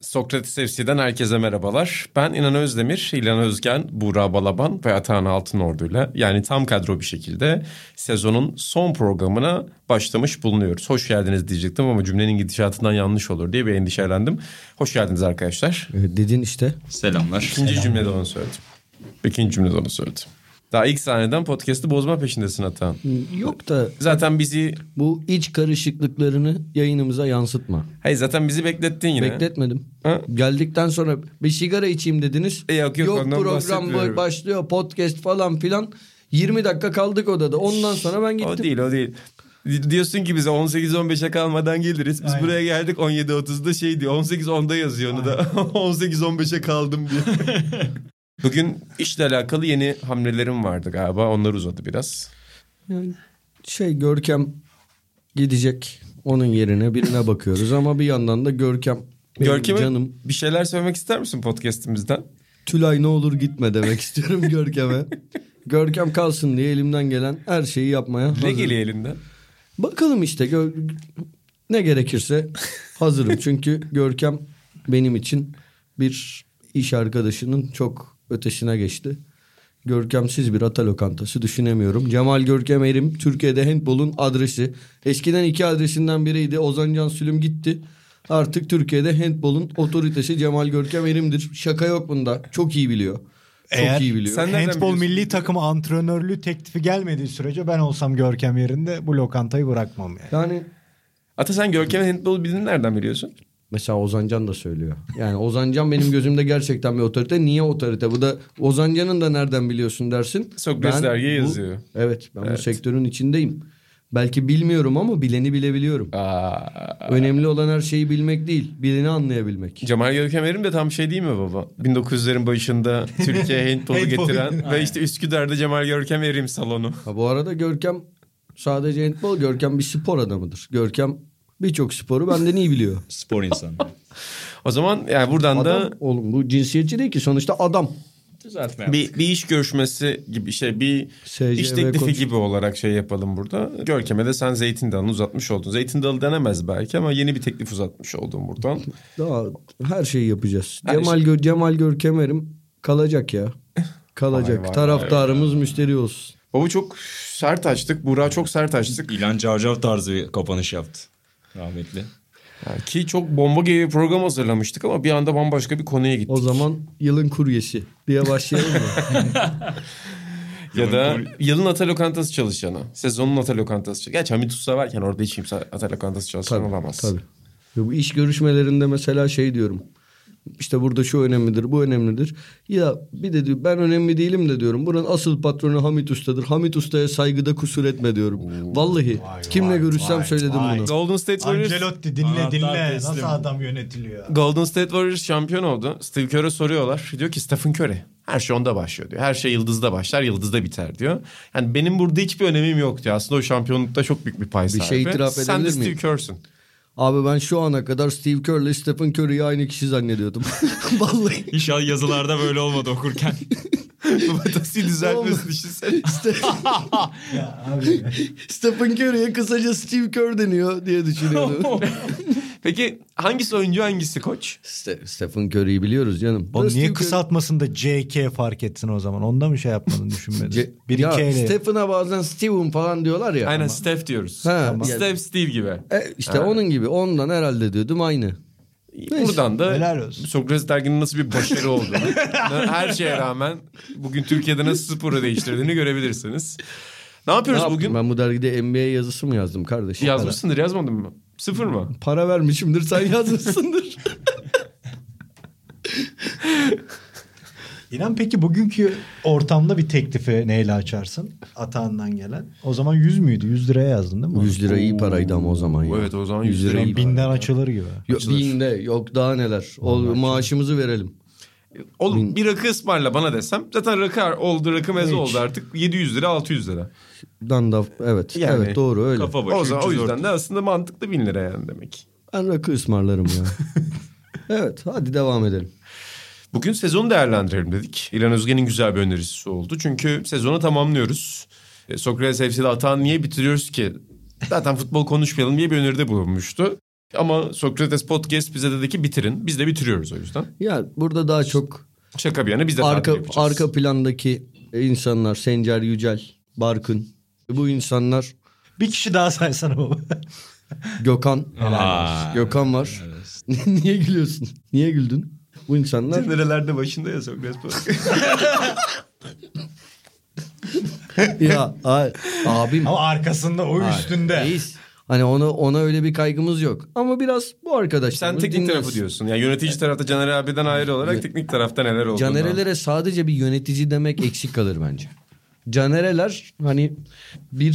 Sokrates FC'den herkese merhabalar. Ben İnan Özdemir, İlan Özgen, Buğra Balaban ve Atahan Altınordu'yla yani tam kadro bir şekilde sezonun son programına başlamış bulunuyoruz. Hoş geldiniz diyecektim ama cümlenin gidişatından yanlış olur diye bir endişelendim. Hoş geldiniz arkadaşlar. Ee, Dedin işte. Selamlar. İkinci cümlede onu söyledim. İkinci cümlede onu söyledim. Daha ilk sahneden podcast'ı bozma peşindesin Atahan. Hmm. Yok da Zaten bizi, bu iç karışıklıklarını yayınımıza yansıtma. hayır zaten bizi beklettin yine. Bekletmedim. Ha? Geldikten sonra bir sigara içeyim dediniz. E, yok, yok, ondan program bahsetmiyorum. ba- başlıyor podcast falan filan. 20 dakika kaldık odada. Ondan sonra ben O gittim. değil o değil. Di- Diyorsun ki bize 18-15'e kalmadan geliriz. Biz buraya geldik 17.30'da şey diyor. 18-10'da yazıyor onu da. 18-15'e kaldım diyor. Bugün işle alakalı yeni hamlelerim vardı galiba. Onlar uzadı biraz. Yani şey Görkem gidecek. Onun yerine birine bakıyoruz ama bir yandan da Görkem benim Görkem'e canım bir şeyler söylemek ister misin podcast'imizden? Tülay ne olur gitme demek istiyorum Görkem'e. Görkem kalsın diye elimden gelen her şeyi yapmaya Ne hazırım. geliyor elinden? Bakalım işte gö- ne gerekirse hazırım. Çünkü Görkem benim için bir iş arkadaşının çok ötesine geçti. Görkemsiz bir ata lokantası düşünemiyorum. Cemal Görkem Erim Türkiye'de handbolun adresi. Eskiden iki adresinden biriydi. Ozan Can Sülüm gitti. Artık Türkiye'de handbolun otoritesi Cemal Görkem Erim'dir. Şaka yok bunda. Çok iyi biliyor. Çok Eğer iyi biliyor. Sen nereden Handball biliyorsun? milli takımı antrenörlüğü teklifi gelmediği sürece ben olsam Görkem yerinde bu lokantayı bırakmam yani. Yani Ata sen Görkem'in handball bildiğini nereden biliyorsun? Mesela Ozancan da söylüyor. Yani Ozancan benim gözümde gerçekten bir otorite. Niye otorite? Bu da Ozancan'ın da nereden biliyorsun dersin. Sokrates Ben dergiye bu- yazıyor. Evet ben Evet. bu sektörün içindeyim. Belki bilmiyorum ama bileni bilebiliyorum. Aa, Önemli olan her şeyi bilmek değil, bileni anlayabilmek. Cemal Görkem Erim de tam şey değil mi baba? 1900'lerin başında Türkiye'ye handball'u getiren ve işte Üsküdar'da Cemal Görkem Erim salonu. Ha, bu arada Görkem sadece handball, Görkem bir spor adamıdır. Görkem birçok sporu benden iyi biliyor. Spor insanı. O zaman yani buradan Adam, da oğlum bu cinsiyetçi değil ki sonuçta adam. Düzeltme bir, bir iş görüşmesi gibi şey bir SCV iş teklifi konuş- gibi olarak şey yapalım burada. Görkem'e de sen zeytin dalını uzatmış oldun. Zeytin dalı denemez belki ama yeni bir teklif uzatmış oldun buradan. Daha her şeyi yapacağız. Her Cemal Gö- Cemal Görkemer'im kalacak ya. Kalacak. Vay vay Taraftarımız müşteri olsun. Baba çok sert açtık. Burak'ı çok sert açtık. İlan Carcar tarzı bir kapanış yaptı. Rahmetli. Yani ki çok bomba gibi bir program hazırlamıştık ama bir anda bambaşka bir konuya gittik. O zaman yılın kuryesi diye başlayalım mı? Ya da yılın ata lokantası çalışanı. Sezonun ata lokantası çalışanı. Gerçi Hamit Usta varken orada hiç kimse ata lokantası çalışan olamaz. Tabii. Ve Bu iş görüşmelerinde mesela şey diyorum. İşte burada şu önemlidir, bu önemlidir. Ya bir de diyor ben önemli değilim de diyorum. Buranın asıl patronu Hamit Usta'dır. Hamit Usta'ya saygıda kusur etme diyorum. Vallahi Vay, kimle vay, görüşsem vay, söyledim vay. bunu. Golden State Warriors Ancelotti dinle Anahtar dinle teslim. nasıl adam yönetiliyor. Golden State Warriors şampiyon oldu. Steve Kerr'e soruyorlar. Diyor ki Stephen Curry. Her şey onda başlıyor diyor. Her şey yıldızda başlar, yıldızda biter diyor. Yani benim burada hiçbir önemim yok diyor. Aslında o şampiyonlukta çok büyük bir pay şey sahibi. itiraf Sen de edebilir Steve miyim? Kerr'sün. Abi ben şu ana kadar Steve Kerr ile Stephen Curry'yi aynı kişi zannediyordum. Vallahi. İnşallah yazılarda böyle olmadı okurken. Batası düzeltmesin Oğlum. düşünsene. Abi, Stephen Curry'e kısaca Steve Kerr deniyor diye düşünüyordum. Peki hangisi oyuncu hangisi koç? Ste- Stephen Curry'i biliyoruz canım. o Da niye Steve kısaltmasında CK fark etsin o zaman? Onda mı şey yapmadın Curry- düşünmedin? Ce- Bir ya iki ile. Stephen'a bazen Steven falan diyorlar ya. Aynen Steph diyoruz. Ha, Tamam. Steph Steve gibi. E, işte onun gibi. Ondan herhalde diyordum aynı. Buradan da helal olsun. Sokrates derginin nasıl bir başarı olduğunu, her şeye rağmen bugün Türkiye'de nasıl sporu değiştirdiğini görebilirsiniz. Ne Ne yapıyoruz yaptım? bugün? Ben bu dergide NBA yazısı mı yazdım kardeşim? Yazmışsındır yazmadın mı? Sıfır mı? Para, para vermişimdir sen yazmışsındır. İnan peki bugünkü ortamda bir teklifi neyle açarsın? Atağından gelen. O zaman 100 müydü? 100 liraya yazdın değil mi? 100 lira iyi paraydı ama o zaman ya. Evet, o zaman 100 Şu an lira binden açılır gibi. Yo- binde yok daha neler. O, maaşımızı verelim. Oğlum bir rakı ısmarla bana desem zaten rakı oldu rakı meze oldu artık 700 lira 600 lira. Dandav evet. Yani evet doğru öyle. Kafa başı. O zaman o 304. yüzden de aslında mantıklı 1000 lira yani demek. Ben rakı ısmarlarım ya. evet hadi devam edelim. Bugün sezonu değerlendirelim dedik. İlhan Özge'nin güzel bir önerisi oldu. Çünkü sezonu tamamlıyoruz. E, Sokrates FC'de atan niye bitiriyoruz ki? Zaten futbol konuşmayalım diye bir öneride bulunmuştu. Ama Sokrates Podcast bize dedi ki bitirin. Biz de bitiriyoruz o yüzden. Ya burada daha çok Şaka bir yana biz de arka tatil yapacağız. arka plandaki insanlar Sencer Yücel, Barkın bu insanlar Bir kişi daha saysana baba. Gökhan Aa. Gökhan var. Niye gülüyorsun? Niye güldün? Bu insanlar Nerelerde başında ya Sokrates Podcast. ya ay, abim Ama arkasında o üstünde. reis. Hani ona ona öyle bir kaygımız yok. Ama biraz bu Sen arkadaşlarımız teknik dinlensin. tarafı diyorsun. Yani E, yönetici tarafta Caner abi'den ayrı olarak teknik tarafta neler olduğunu. Canerelere sadece bir yönetici demek eksik kalır bence. Canereler hani bir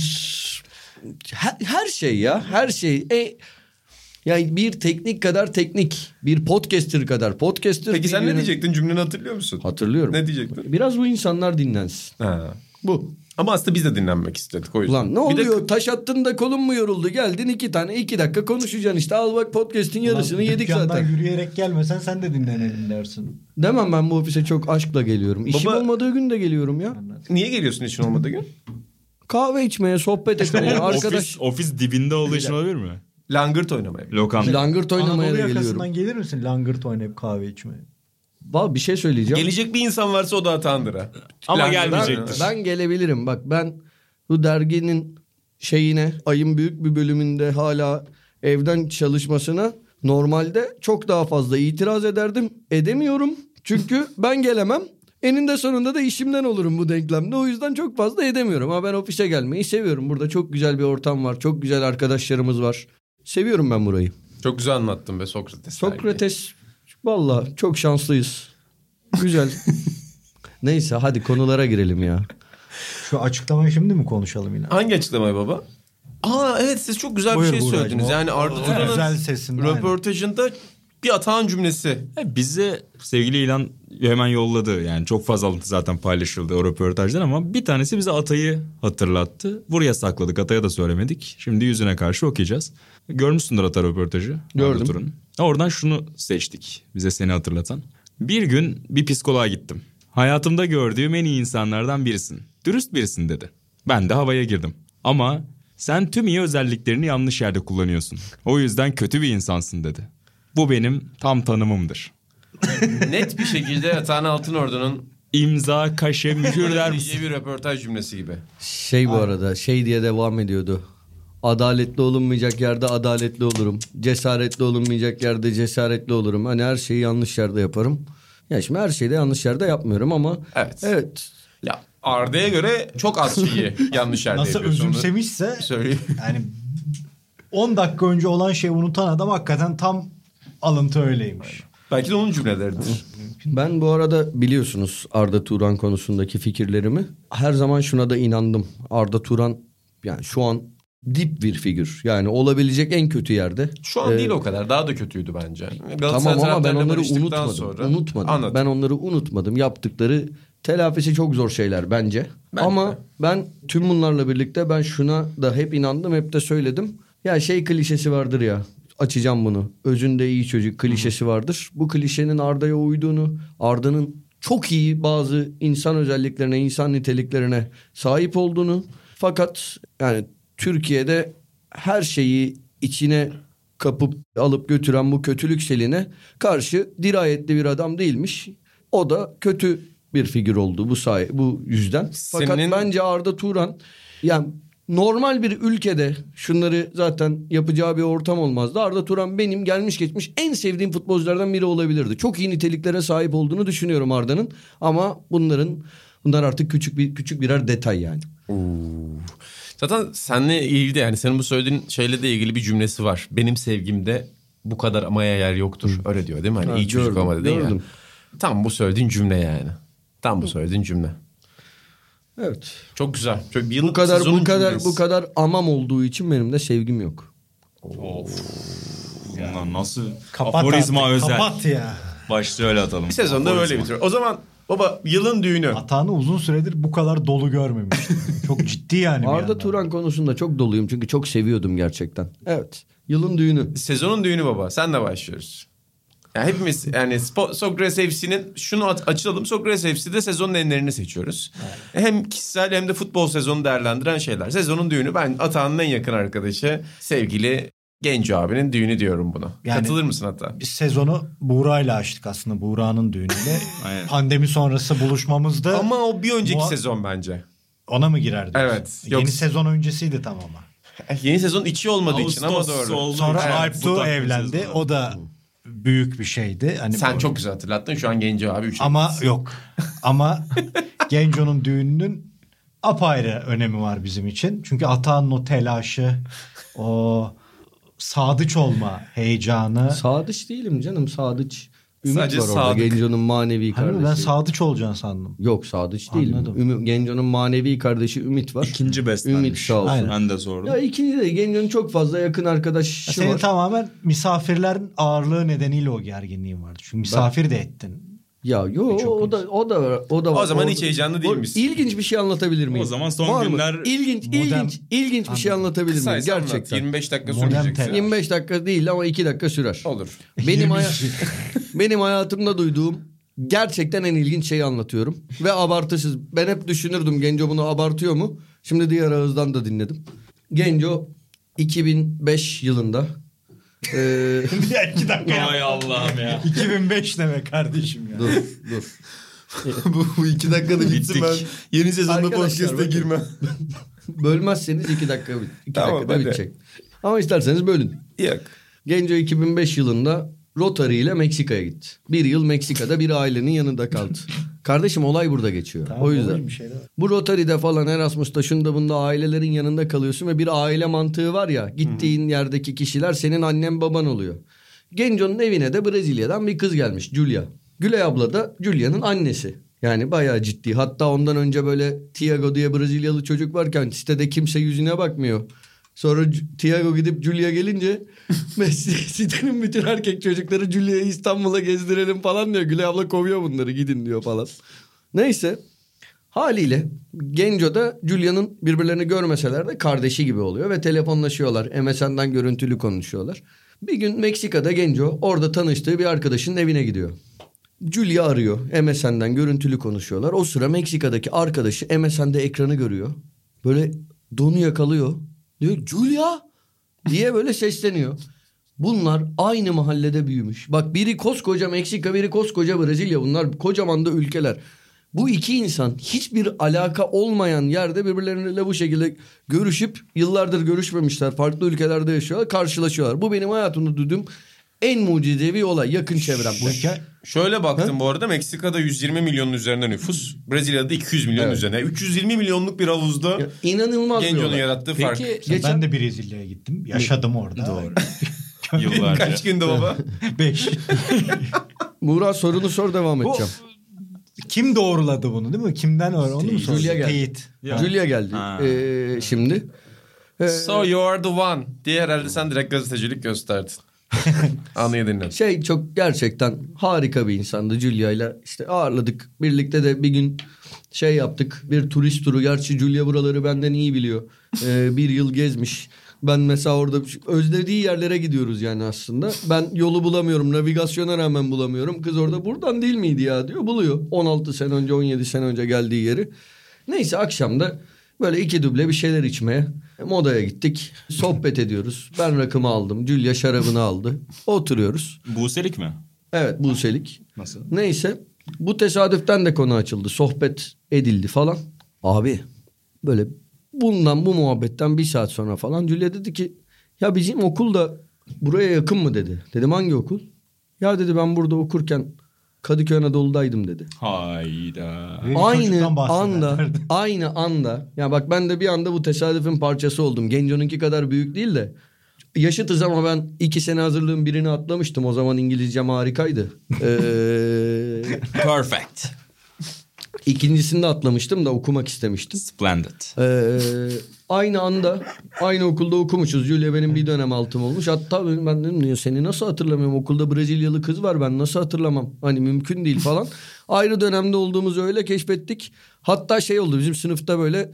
her, her şey ya her şey. E, yani bir teknik kadar teknik, bir podcaster kadar podcaster. Peki bir sen ne yönet- diyecektin? Cümleni hatırlıyor musun? Hatırlıyorum. Ne diyecektin? Biraz bu insanlar dinlensin. Ha. Bu. Ama aslında biz de dinlenmek istedik o yüzden. Ulan ne Bir de oluyor? Taş attın da kolun mu yoruldu? Geldin iki tane iki dakika konuşacaksın işte. Al bak podcast'in yarısını yedik Dükkandan zaten. yürüyerek gelmesen sen de dinlenelim dersin. Demem ben bu ofise çok aşkla geliyorum. İşim Baba- olmadığı gün de geliyorum ya. Niye geliyorsun için olmadığı gün? Kahve içmeye, sohbet etmeye, arkadaş. Ofis, ofis dibinde olduğu için olabilir mi? Langırt oynamaya. Lokanta. Langırt oynamaya Anadolu da geliyorum. yakasından gelir misin langırt oynayıp kahve içmeye? Vallahi bir şey söyleyeceğim. Gelecek bir insan varsa o da Atandır ha. Ama Langırt- gelmeyecektir. ben, ben gelebilirim. Bak ben bu derginin şeyine ayın büyük bir bölümünde hala evden çalışmasına normalde çok daha fazla itiraz ederdim. Edemiyorum. Çünkü ben gelemem. Eninde sonunda da işimden olurum bu denklemde. O yüzden çok fazla edemiyorum. Ama ben ofise gelmeyi seviyorum. Burada çok güzel bir ortam var. Çok güzel arkadaşlarımız var. Seviyorum ben burayı. Çok güzel anlattın be Sokrates. Sokrates valla çok şanslıyız. Güzel. Neyse hadi konulara girelim ya. Şu açıklamayı şimdi mi konuşalım yine? Hangi açıklamayı baba? Aa evet siz çok güzel Buyur bir şey Buğracığım, söylediniz. o- Yani Arda o- güzel Turan'ın sesin, aynen. röportajında bir Atahan cümlesi. Ya E, Bize sevgili ilan hemen yolladı. Yani çok fazla alıntı zaten paylaşıldı o röportajdan ama bir tanesi bize Atay'ı hatırlattı. Buraya sakladık Atay'a da söylemedik. Şimdi yüzüne karşı okuyacağız. Görmüşsündür Atay röportajı. Gördüm. Turun. Oradan şunu seçtik bize seni hatırlatan. Bir gün bir psikoloğa gittim. Hayatımda gördüğüm en iyi insanlardan birisin. Dürüst birisin dedi. Ben de havaya girdim. Ama sen tüm iyi özelliklerini yanlış yerde kullanıyorsun. O yüzden kötü bir insansın dedi. Bu benim tam tanımımdır. Net bir şekilde Atahan Altınordu'nun İmza, kaşe, mühür der misin? iyi bir röportaj cümlesi gibi. Şey bu arada şey diye devam ediyordu. Adaletli olunmayacak yerde adaletli olurum. Cesaretli olunmayacak yerde cesaretli olurum. Hani her şeyi yanlış yerde yaparım. Ya şimdi her şeyi de yanlış yerde yapmıyorum ama Evet. evet Ya Arda'ya göre çok az şeyi yanlış yerde Nasıl yapıyorsun. Onu özümsemişse Söyleyeyim. yani 10 dakika önce olan şeyi unutan adam hakikaten tam alıntı öyleymiş. Belki de onun cümleleridir. Ben bu arada biliyorsunuz Arda Turan konusundaki fikirlerimi. Her zaman şuna da inandım. Arda Turan yani şu an dip bir figür. Yani olabilecek en kötü yerde. Şu an Ee, değil o kadar. Daha da kötüydü bence. Galatasaray Tamam ama ben taraftarıyla onları barıştıktan unutmadım. sonra- Unutmadım. Anladım. Ben onları unutmadım. Yaptıkları telafisi çok zor şeyler bence. Bence ama de. ben tüm bunlarla birlikte ben şuna da hep inandım, hep de söyledim. Ya şey klişesi vardır ya. Açacağım bunu. Özünde iyi çocuk klişesi vardır. Bu klişenin Arda'ya uyduğunu, Arda'nın çok iyi bazı insan özelliklerine, insan niteliklerine sahip olduğunu. Fakat yani Türkiye'de her şeyi içine kapıp alıp götüren bu kötülük seline karşı dirayetli bir adam değilmiş. O da kötü bir figür oldu bu say bu yüzden. Fakat Senin- bence Arda Turan yani normal bir ülkede şunları zaten yapacağı bir ortam olmazdı. Arda Turan benim gelmiş geçmiş en sevdiğim futbolculardan biri olabilirdi. Çok iyi niteliklere sahip olduğunu düşünüyorum Arda'nın ama bunların bunlar artık küçük bir küçük birer detay yani. Zaten seninle ilgili de yani senin bu söylediğin şeyle de ilgili bir cümlesi var. Benim sevgimde bu kadar amaya yer yoktur. Öyle diyor değil mi? Hani Ha, iyi çocuk gördüm, ama dedin ya. gördüm. Tam bu söylediğin cümle yani. Tam bu söylediğin cümle. Evet. Çok güzel. Çok bir yılın Bu kadar sezonun bu kadar cümlesi. bu kadar amam olduğu için benim de sevgim yok. Bunlar nasıl Kapat aforizma artık, özel. Kapat ya. Başlığı öyle atalım. Bir sezonda böyle bitiriyor. O zaman baba yılın düğünü. Atağını uzun süredir bu kadar dolu görmemiştim. Çok ciddi yani. bir Arda yandan. Turan konusunda çok doluyum çünkü çok seviyordum gerçekten. Evet. Yılın düğünü. Sezonun düğünü baba. Sen de başlıyoruz. Ya hepimiz yani Spo- Sokrates FC'nin şunu at- açalım. Sokrates FC'de sezonun enlerini seçiyoruz. Hem kişisel hem de futbol sezonu değerlendiren şeyler. Sezonun düğünü ben Atahan'ın en yakın arkadaşı sevgili Genco abinin düğünü diyorum buna. Yani- Katılır mısın hatta? Biz sezonu Buğra'yla açtık aslında. Buğra'nın düğünüyle. Aynen. Pandemi sonrası buluşmamızda Ama o bir önceki Muha- sezon bence. ona mı girerdi? E, Evet. Yeni Yok. sezon öncesiydi tam ama. Eh, Yeni sezon içi olmadığı için ama doğru. Sonra Evet, Alp bu Doğu takvim evlendi. sezonu. O da büyük bir şeydi. Hani Sen bu- çok güzel hatırlattın. Şu an Genco abi. Üç Ama yok. Ama Genco'nun düğününün apayrı önemi var bizim için. Çünkü Atağan'ın o telaşı, o sadıç olma heyecanı. Sadıç değilim canım Sadıç. Ümit Sadece var orada sadık. Genco'nun manevi Hani kardeşi. ben sadıç olacağını sandım. Yok Sadıç değilim. Anladım. Ümit, Genco'nun manevi kardeşi Ümit var. İkinci beslenmiş. Ümit sağ olsun. Aynen. Ben de sordum. Ya ikinci de Genco'nun çok fazla yakın arkadaşı Senin var. tamamen misafirlerin ağırlığı nedeniyle o gerginliğin vardı. Çünkü misafir de ettin. Ya yo Çok o da o da o da O var. zaman Orada- hiç heyecanlı değilmişsin. İlginç bir şey anlatabilir miyim? O zaman son Var mı? günler- İlginç Modem- ilginç ilginç bir şey anlatabilir miyim? Kısaysa anlat. Gerçekten. 25 dakika Modem süreceksin. telaş. 25 dakika değil ama 2 dakika sürer. Olur. Benim haya- benim hayatımda duyduğum gerçekten en ilginç şeyi anlatıyorum ve abartısız. Ben hep düşünürdüm Genco bunu abartıyor mu? Şimdi diğer ağızdan da dinledim. Genco 2005 yılında Ee, eee, ya iki dakika Ay Allah'ım ya. 2005 ne be kardeşim ya. dur dur. bu, bu iki dakikada Bittik. bitsin ben. Yeni sezonda Arkadaşlar, podcast'e bakın. girmem. Bölmezseniz 2 dakika 2 Tamam, dakikada hadi. bitecek. Ama isterseniz bölün. Yok. Genco 2005 yılında Rotary ile Meksika'ya gitti. Bir yıl Meksika'da bir ailenin yanında kaldı. Kardeşim olay burada geçiyor. o yüzden. Bir şey de var. Bu Rotary'de falan Erasmus'ta şunda bunda ailelerin yanında kalıyorsun ve bir aile mantığı var ya. Gittiğin yerdeki kişiler senin annen baban oluyor. Genco'nun evine de Brezilya'dan bir kız gelmiş Julia. Gülay abla da Julia'nın annesi. Yani bayağı ciddi. Hatta ondan önce böyle Tiago diye Brezilyalı çocuk varken sitede kimse yüzüne bakmıyor. Sonra C- Tiago gidip Julia gelince Messi sitenin bütün erkek çocukları Julia'yı İstanbul'a gezdirelim falan diyor. Gülay abla kovuyor bunları gidin diyor falan. Neyse Haliyle Genco da Julia'nın birbirlerini görmeseler de kardeşi gibi oluyor ve telefonlaşıyorlar. MSN'den görüntülü konuşuyorlar. Bir gün Meksika'da Genco orada tanıştığı bir arkadaşının evine gidiyor. Julia arıyor. MSN'den görüntülü konuşuyorlar. O sıra Meksika'daki arkadaşı MSN'de ekranı görüyor. Böyle donu yakalıyor. Diyor Julia diye böyle sesleniyor. Bunlar aynı mahallede büyümüş. Bak biri koskoca Meksika, biri koskoca Brezilya. Bunlar kocaman da ülkeler. Bu iki insan hiçbir alaka olmayan yerde birbirleriyle bu şekilde görüşüp yıllardır görüşmemişler. Farklı ülkelerde yaşıyorlar, karşılaşıyorlar. Bu benim hayatımda duyduğum en mucizevi olay yakın çevremde. Bu hikaye- Şöyle baktım bu arada Meksika'da 120 milyonun üzerinde nüfus. Brezilya'da 200 milyon Evet. üzerine. 320 milyonluk bir havuzda Ya, İnanılmaz bir Genco'nun olay. yarattığı fark. Peki Geçen- Ben de Brezilya'ya gittim. Yaşadım orada. Doğru. yıllarca. Kaç günde baba? 5. Murat sorunu sor devam Bu- edeceğim. Kim doğruladı bunu değil mi? Kimden öğrendi? Onu mu Julia sordun? geldi. Teyit. Ya. Julia geldi Ha. ee, şimdi. Ee, so you are the one diye herhalde sen direkt gazetecilik gösterdin. Anıyı dinle. şey çok gerçekten harika bir insandı Julia ile işte ağırladık birlikte de bir gün şey yaptık bir turist turu gerçi Julia buraları benden iyi biliyor Ee, bir yıl gezmiş ben mesela orada özlediği yerlere gidiyoruz yani aslında ben yolu bulamıyorum navigasyona rağmen bulamıyorum kız orada buradan değil miydi ya diyor buluyor 16 sene önce 17 sene önce geldiği yeri neyse akşamda Böyle iki duble bir şeyler içmeye modaya gittik. Sohbet ediyoruz. Ben rakımı aldım. Julia şarabını aldı. Oturuyoruz. Buselik mi? Evet Buselik. Nasıl? Neyse bu tesadüften de konu açıldı. Sohbet edildi falan. Abi böyle bundan bu muhabbetten bir saat sonra falan Julia dedi ki ya bizim okul da buraya yakın mı dedi. Dedim hangi okul? Ya dedi ben burada okurken Kadıköy Anadolu'daydım dedi. Hayda. Ve bir Aynı çocuktan bahsederlerdi. anda aynı anda ya bak ben de bir anda bu tesadüfün parçası oldum. Genco'nunki kadar büyük değil de yaşıtız ama ben iki sene hazırlığın birini atlamıştım. O zaman İngilizcem harikaydı. Ee, Perfect. ikincisini de atlamıştım da okumak istemiştim. Splendid. Ee, Aynı anda aynı okulda okumuşuz. Julia benim bir dönem altım olmuş. Hatta benim- ben dedim "Niye seni nasıl hatırlamıyorum? Okulda Brezilyalı kız var ben nasıl hatırlamam? Hani mümkün değil falan. Ayrı dönemde olduğumuzu öyle keşfettik. Hatta şey oldu bizim sınıfta böyle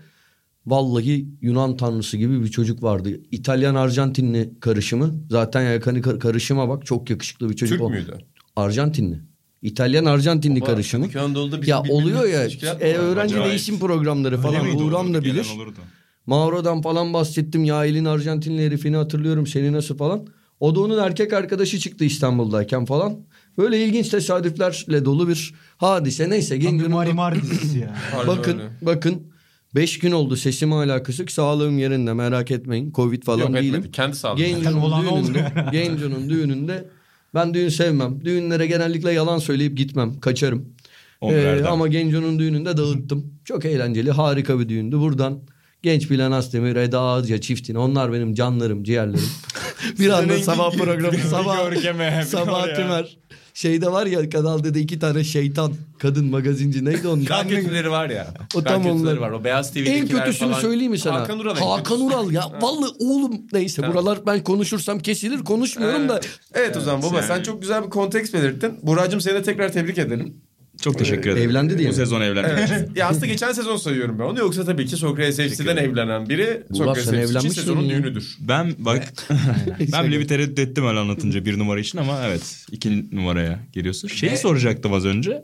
vallahi Yunan tanrısı gibi bir çocuk vardı. İtalyan Arjantinli karışımı. Zaten yakani kar- karışıma bak çok yakışıklı bir çocuk. Türk o. müydü? Arjantinli. İtalyan Arjantinli Ama karışımı. Türkiye Anadolu'da bizim ya bilmediğimiz oluyor ya ilişkiler e, var. öğrenci Acayip. değişim programları falan miydi? Buğram da Gelen bilir. olurdu. Mauro'dan falan bahsettim. Yail'in Arjantinli herifini hatırlıyorum. Seni nasıl falan. O da onun erkek arkadaşı çıktı İstanbul'dayken falan. Böyle ilginç tesadüflerle dolu bir hadise. Neyse. Tam bir Genco'nun- Marimar dizisi ya. Harbi bakın öyle. bakın. Beş gün oldu sesim hala kısık. Sağlığım yerinde merak etmeyin. Covid falan Yok değilim. etmedi. Kendi sağlığı. Genco'nun Olan düğününde, Genco'nun düğününde ben düğün sevmem. Düğünlere genellikle yalan söyleyip gitmem. Kaçarım. Onu Ee, verdim. ama Genco'nun düğününde dağıttım. Çok eğlenceli, harika bir düğündü. Buradan Genç Bilen Asdemir, Eda Ağızca çiftine. Onlar benim canlarım, ciğerlerim. bir anda sabah programı, sabah, Görkeme. sabah tümer. Şeyde var ya Kanal D'de iki tane şeytan kadın magazinci neydi onun? Daha kötüleri var ya. O Daha tam kötüleri onlar. var. O Beyaz TV'dekiler En kötüsünü falan. söyleyeyim mi sana? Hakan Ural. en Hakan kötüsü. Ural ya. Vallahi oğlum neyse buralar ben konuşursam kesilir konuşmuyorum da. Evet o zaman baba sen çok güzel bir konteks belirttin. Buracığım seni de tekrar tebrik ederim. Çok teşekkür ederim. Evlendi diye Bu mi? sezon evlendi. ya aslında geçen sezon sayıyorum ben onu. Yoksa tabii ki Sokrates FC'den evlenen biri Burak, Sokrates sen FC için evlenmiş sezonun miydin ya? düğünüdür. Ben bak ben bile bir tereddüt ettim öyle anlatınca bir numara için ama evet iki numaraya geliyorsun. Şeyi soracaktım az önce.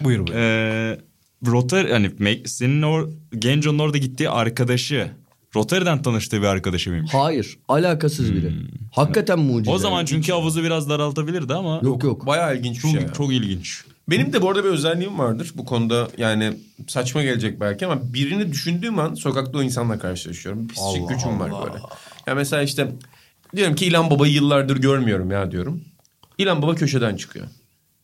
Buyur buyur. Ee, Rotary hani Mac- senin or, Genco'nun orada gittiği arkadaşı Rotary'den tanıştığı bir arkadaşı mıymış? Hayır. Alakasız biri. Hmm. Hakikaten mucize. O zaman çünkü havuzu biraz daraltabilirdi ama Yok yok. Bayağı ilginç bir çok, şey. ya. çok ilginç. Benim de bu arada bir özelliğim vardır bu konuda yani saçma gelecek belki ama birini düşündüğüm an sokakta o insanla karşılaşıyorum. Bir Pislik gücüm var böyle. Ya mesela işte diyorum ki İlhan Baba'yı yıllardır görmüyorum ya diyorum. İlhan Baba köşeden çıkıyor.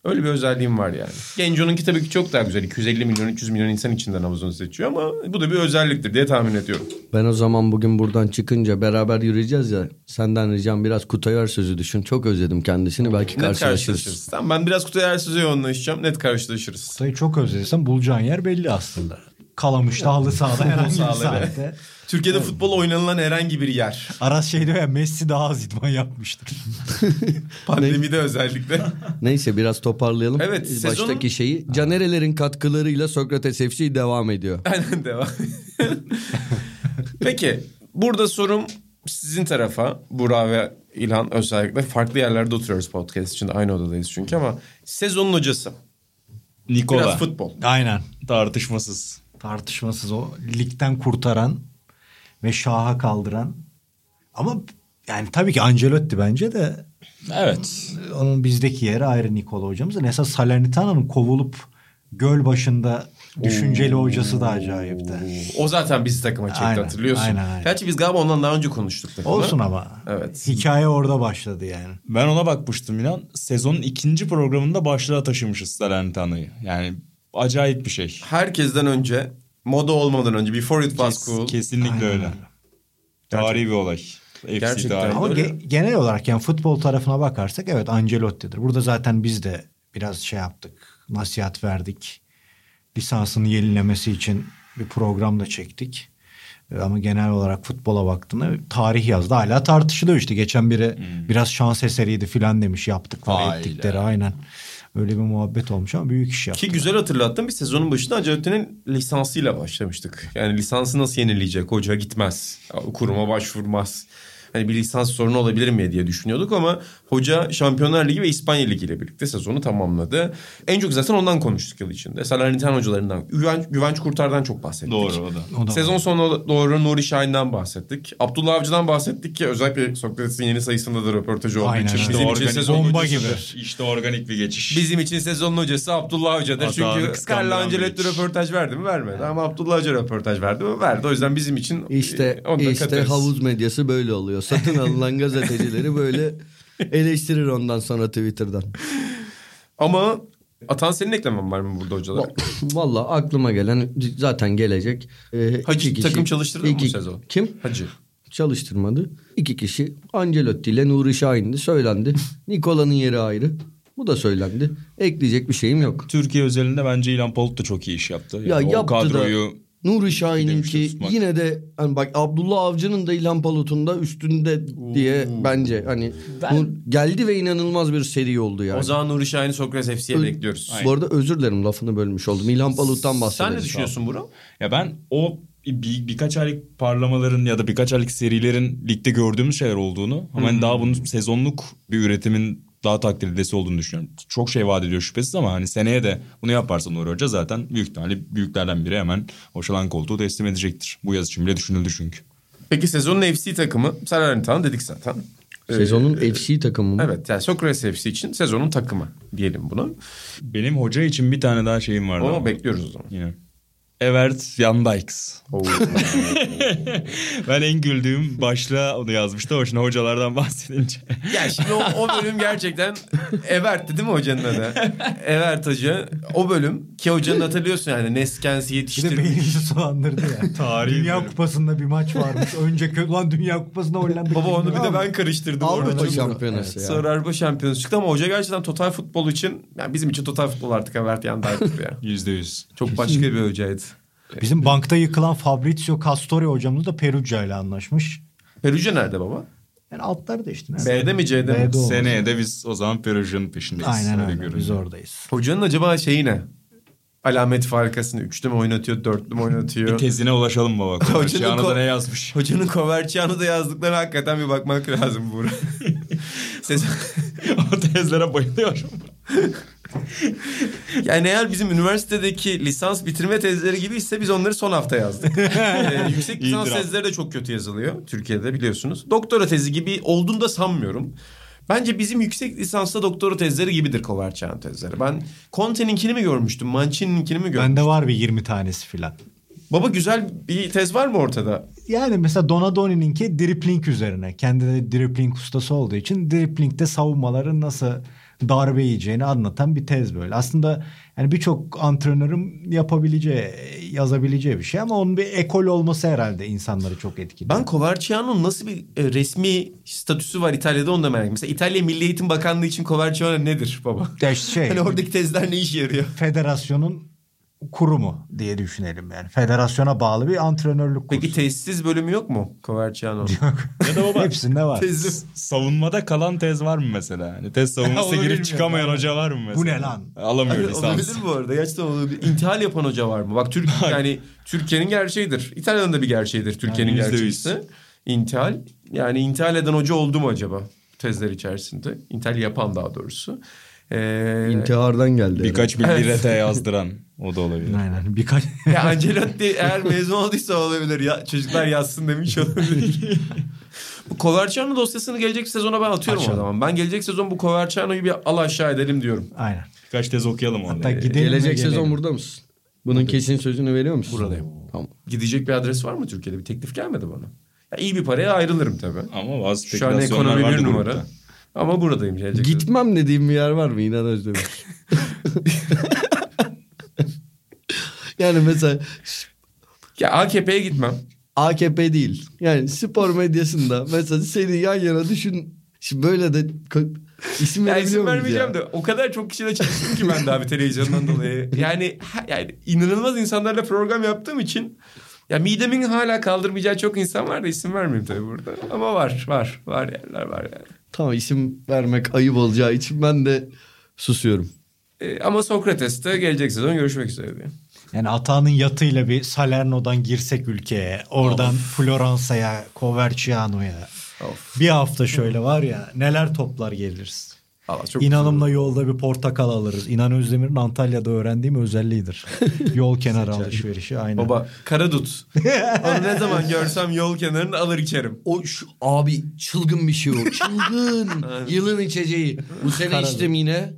Öyle bir özelliğim var yani. Genco'nunki tabii ki çok daha güzel. 250 milyon 300 milyon insan içinden Amazon'u seçiyor ama bu da bir özelliktir diye tahmin ediyorum. Ben o zaman bugün buradan çıkınca beraber yürüyeceğiz ya. Senden ricam biraz Kutay Ersöz'ü düşün. Çok özledim kendisini. Belki Net karşılaşırız. karşılaşırız. Tamam ben biraz Kutay Ersüz'e yoğunlaşacağım. Net karşılaşırız. Sayı çok özlediysen bulacağın yer belli aslında. Kalamış'ta halı sahada herhangi bir sahaları. saatte. Türkiye'de futbol oynanılan herhangi bir yer. Aras şey diyor ya Messi daha az idman yapmıştır. Pandemide özellikle. Neyse biraz toparlayalım. Evet, Baştaki sezonun- şeyi. Canerelerin katkılarıyla Sokrates FC devam ediyor. Aynen devam. Peki burada sorum sizin tarafa Burak ve İlhan özellikle farklı yerlerde oturuyoruz podcast için aynı odadayız çünkü ama sezonun hocası Nikola biraz futbol. Aynen. tartışmasız. Tartışmasız o ligden kurtaran ve şaha kaldıran. Ama yani tabii ki Ancelotti bence de Evet. onun bizdeki yeri ayrı Nikola hocamızın. Esas Salernitana'nın kovulup göl başında düşünceli hocası da acayipti. O zaten bizi takıma çekti Aynen, hatırlıyorsun. aynen, aynen. Gerçi biz galiba ondan daha önce konuştuk. takımı. Olsun ama. Evet. Hikaye orada başladı yani. Ben ona bakmıştım inan. Sezonun ikinci programında başlığa taşımışız Salernitana'yı. Yani acayip bir şey. Herkesten önce moda olmadan önce before it was Kes- cool. Kesinlikle öyle. Tarihi bir olay. FC Gerçekten. tarihi. Ama Öyle. ge- genel olarak yani futbol tarafına bakarsak evet Ancelotti'dir. Burada zaten biz de biraz şey yaptık. Nasihat verdik. Lisansını yenilemesi için bir program da çektik. Ee, Ama genel olarak futbola baktığında tarih yazdı. Hala tartışılıyor işte. Geçen biri Hmm. biraz şans eseriydi filan demiş yaptıkları Vay ettikleri aynen. Öyle bir muhabbet olmuş ama büyük iş yaptı. Ki güzel hatırlattın bir sezonun başında Ancelotti'nin lisansıyla başlamıştık. Yani lisansı nasıl yenileyecek? Hoca gitmez. Kuruma başvurmaz. Hani bir lisans sorunu olabilir mi diye düşünüyorduk ama hoca Şampiyonlar Ligi ve İspanya Ligi ile birlikte sezonu tamamladı. En çok zaten ondan konuştuk yıl içinde. Salernitana hocalarından, Güvenç, Güvenç Kurtar'dan çok bahsettik. Doğru o da. O da Sezon sonuna doğru Nuri Şahin'den bahsettik. Abdullah Avcı'dan bahsettik ki özellikle Sokrates'in yeni sayısında da röportajı olduğu Aynen için. öyle. Bizim İşte için organik sezon bomba hocası- gibi. İşte organik bir geçiş. Bizim için sezonun hocası Abdullah Hoca'dır. Hatanı Çünkü kıskandıran Scarlett Ancelotti bir iş. röportaj verdi mi? Vermedi. Ama Abdullah Hoca röportaj verdi mi? Verdi. O yüzden bizim için İşte e, onu da işte katarız. havuz medyası böyle oluyor. Satın alınan gazetecileri böyle eleştirir ondan sonra Twitter'dan. Ama Atan senin eklemen var mı burada hocalara? Valla aklıma gelen zaten gelecek. Ee, Hacı iki kişi- takım çalıştırdın mı bu iki- sezon? Kim? Hacı. çalıştırmadı. İki kişi Ancelotti ile Nuri Şahin'di söylendi. Nikola'nın yeri ayrı. Bu da söylendi. Ekleyecek bir şeyim yok. Türkiye özelinde bence İlhan Polut da çok iyi iş yaptı. Yani Ya o yaptı da kadroyu Nuri şey Şahin'inki Demiştim, bak. yine de hani bak Abdullah Avcı'nın da İlhan Palut'un da üstünde diye bence hani bu geldi ve inanılmaz bir seri oldu yani. O zaman Nuri Şahin'i Sokrates FC'ye Ö- bekliyoruz. Bu arada özür dilerim lafını bölmüş oldum. İlhan Palut'tan bahsedelim. Sen ne düşünüyorsun Burak? Ya ben o bir, birkaç aylık parlamaların ya da birkaç aylık serilerin ligde gördüğümüz şeyler olduğunu ama hani daha bunun sezonluk bir üretimin daha takdir edilesi olduğunu düşünüyorum. Çok şey vaat ediyor şüphesiz ama hani seneye de bunu yaparsa Nuri Hoca zaten büyük ihtimalle büyüklerden biri hemen hoşalan koltuğu teslim edecektir. Bu yaz için bile düşünüldü çünki. Peki sezonun FC takımı Salernitana dedik zaten. Sezonun FC takımı mı? Evet yani Sokrates FC için sezonun takımı diyelim buna. Benim hoca için bir tane daha şeyim vardı. Onu ama. bekliyoruz o zaman. Yine. Evert Van Dijks. Ben en güldüğüm başlığa onu yazmıştı. Hoşuna hocalardan bahsedince. ya şimdi o, o bölüm gerçekten Evert'ti değil mi hocanın adı? Evert hoca. O bölüm ki hocanın hatırlıyorsun yani Neskensi Bir de yetiştirmiş. beynimizi sulandırdı ya. Tarihi Dünya bölüm. Kupası'nda bir maç varmış. Önce kö- lan Dünya Kupası'nda Hollanda. Baba onu bir kazandı de ama ben karıştırdım orada. Avrupa Çok- şampiyonası ya. Sonra Avrupa şampiyonası çıktı ama hoca gerçekten total futbol için yani bizim için total futbol artık Evert yandı artık ya. Yüzde yüz. Çok başka bir hocaydı. Bizim bankta yıkılan Fabrizio Castore hocamız da Perugia ile anlaşmış. Perugia nerede baba? Yani altlarda işte. nerede? B'de mi C'de mi? B'de olmuş. Seneye de biz o zaman Perugia'nın peşindeyiz. Aynen öyle. görünüyor. Biz oradayız. Hocanın acaba şeyi ne? Alamet farkasını üçlü mü oynatıyor, dörtlü mü Bir oynatıyor? tezine ulaşalım baba. Konuşacağını da ko- ne yazmış. Hocanın Koverciano'da yazdıkları hakikaten bir bakmak lazım burada. Sezon... o tezlere bayılıyorum. Yani eğer bizim üniversitedeki lisans bitirme tezleri gibi ise biz onları son hafta yazdık. Ee, yüksek lisans İtiraf. tezleri de çok kötü yazılıyor Türkiye'de biliyorsunuz. Doktora tezi gibi olduğunu da sanmıyorum. Bence bizim yüksek lisansta doktora tezleri gibidir Koverciano tezleri. Ben Conte'ninkini mi görmüştüm, Mancini'ninkini mi görmüştüm? Bende var bir 20 tanesi filan. Baba güzel bir tez var mı ortada? Yani mesela Donadoni'ninki dripling üzerine. Kendi de dripling ustası olduğu için driplingde savunmaları nasıl darbe yiyeceğini anlatan bir tez böyle. Aslında yani birçok antrenörün yapabileceği, yazabileceği bir şey ama onun bir ekol olması herhalde insanları çok etkiliyor. Ben Coverciano'nun nasıl bir e, resmi statüsü var İtalya'da onu da merak ediyorum. Mesela İtalya Milli Eğitim Bakanlığı için Coverciano nedir baba? Ya işte şey, Hani oradaki tezler ne işe yarıyor? federasyonun kurumu diye düşünelim yani. Federasyona bağlı bir antrenörlük kursu. Peki tezsiz bölümü yok mu Coverciano'nun? Ya da baba Hepsinde var. Tezli. savunmada kalan tez var mı mesela? Hani tez Onu savunması bilmiyorum. girip çıkamayan hoca var mı mesela? Bu ne lan? Alamıyor Olabilir lisans. bu arada. Gerçekten olabilir. İntihal yapan hoca var mı? Bak Türk yani Türkiye'nin gerçeğidir. İtalya'nın da bir gerçeğidir Türkiye'nin Yani yüzde yüz. gerçeğisi. İntihal. Yani intihal eden hoca oldu mu acaba tezler içerisinde? İntihal yapan daha doğrusu. Ee, İntihardan geldi. Birkaç bilgi rete yazdıran o da olabilir. Aynen birkaç... Ya Ancelotti eğer mezun olduysa olabilir. Ya, çocuklar yazsın demiş olabilir. bu Coverciano dosyasını gelecek sezona ben atıyorum o Açalım. zaman. Ben gelecek sezon bu Coverciano'yu bir al aşağı edelim diyorum. Aynen. Birkaç tez okuyalım orada. Hatta gidelim ve Gelecek gelelim. sezon burada mısın? Bunun kesin sözünü veriyor musun? Buradayım. Tamam. Gidecek bir adres var mı Türkiye'de? Bir teklif gelmedi bana. Ya iyi bir paraya ayrılırım tabii. Ama bazı Şu an spekülasyonlar ekonomi vardı bir numara. grupta. Ama buradayım gelecek sezon. Gitmem dediğim bir yer var mı İnan Özdemir? yani mesela Ya AKP'ye gitmem. AKP değil. Yani spor medyasında mesela seni yan yana düşün. Şimdi böyle de ka- isim Ya verebiliyor isim muyuz vermeyeceğim ya? de o kadar çok kişiyle çalıştım ki ben de abi televizyondan dolayı. Yani ha- yani inanılmaz insanlarla program yaptığım için ya midemin hala kaldırmayacağı çok insan var da isim vermeyeyim tabii burada. Ama var var var yerler var yani. Tamam isim vermek ayıp olacağı için ben de susuyorum. Ee, ama Sokrates'te gelecek sezon görüşmek üzere diyor. Yani Ata'nın yatıyla bir Salerno'dan girsek ülkeye. Oradan Floransa'ya, Coverciano'ya. Of. Bir hafta şöyle var ya neler toplar geliriz. Allah çok İnanımla yolda bir portakal alırız. İnan Özdemir'in Antalya'da öğrendiğim özelliğidir. Yol kenarı alışverişi aynen. Baba karadut. Onu ne zaman görsem yol kenarını alır içerim. O şu abi çılgın bir şey o. Çılgın. Yılın içeceği. Bu sene içtim yine.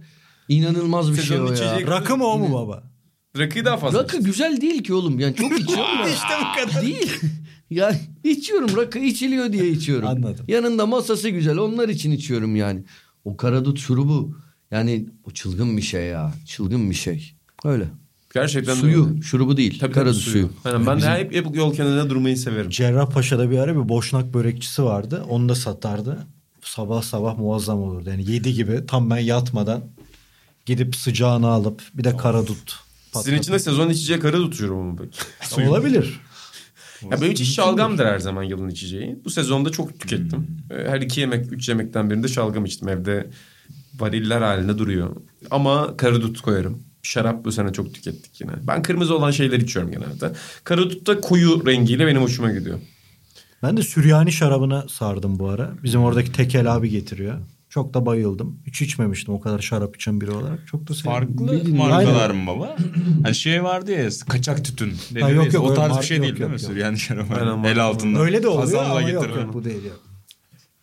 İnanılmaz bir Sezonun şey o ya. içeceği- Rakı mı o mu baba? Rakıyı daha fazla. Rakı güzel değil ki oğlum. Yani çok içiyorum da. işte bu kadar. Değil. Yani içiyorum rakı içiliyor diye içiyorum. Anladım. Yanında masası güzel onlar için içiyorum yani. O karadut şurubu yani o çılgın bir şey ya. Çılgın bir şey. Öyle. Gerçekten de suyu öyle. şurubu değil. Tabii karadut tabii suyu. suyu. Aynen, ben de hep, hep yol kenarında durmayı severim. Cerrahpaşa'da bir ara bir boşnak börekçisi vardı. Onu da satardı. Sabah sabah muazzam olurdu. Yani yedi gibi tam ben yatmadan gidip sıcağını alıp bir de karadut patladı. Sizin için de sezonun içeceği karı tutuyorum ama peki. Olabilir. Ya benim için şalgamdır her zaman şey. yılın içeceği. Bu sezonda çok tükettim. Hmm. Ee, Her iki yemek, üç yemekten birinde şalgam içtim. Evde variller halinde duruyor. Ama karadut koyarım. Şarap bu sene çok tükettik yine. Ben kırmızı olan şeyler içiyorum genelde. Karadut da koyu rengiyle benim hoşuma gidiyor. Ben de Süryani şarabına sardım bu ara. Bizim oradaki tekel abi getiriyor. Çok da bayıldım. Hiç içmemiştim o kadar şarap içen biri olarak. Çok da sevdim. Farklı Bilmiyorum. markalar Aynen. mı baba? Hani şey vardı ya kaçak tütün. Ha, yok, yok, yok, o tarz marka bir şey yok, değil değil yok, mi? yok. Süryani şarabı. Aynen, El altında. Öyle de oluyor Kazanla ama yok, getirilen. yok, bu değil. Yok.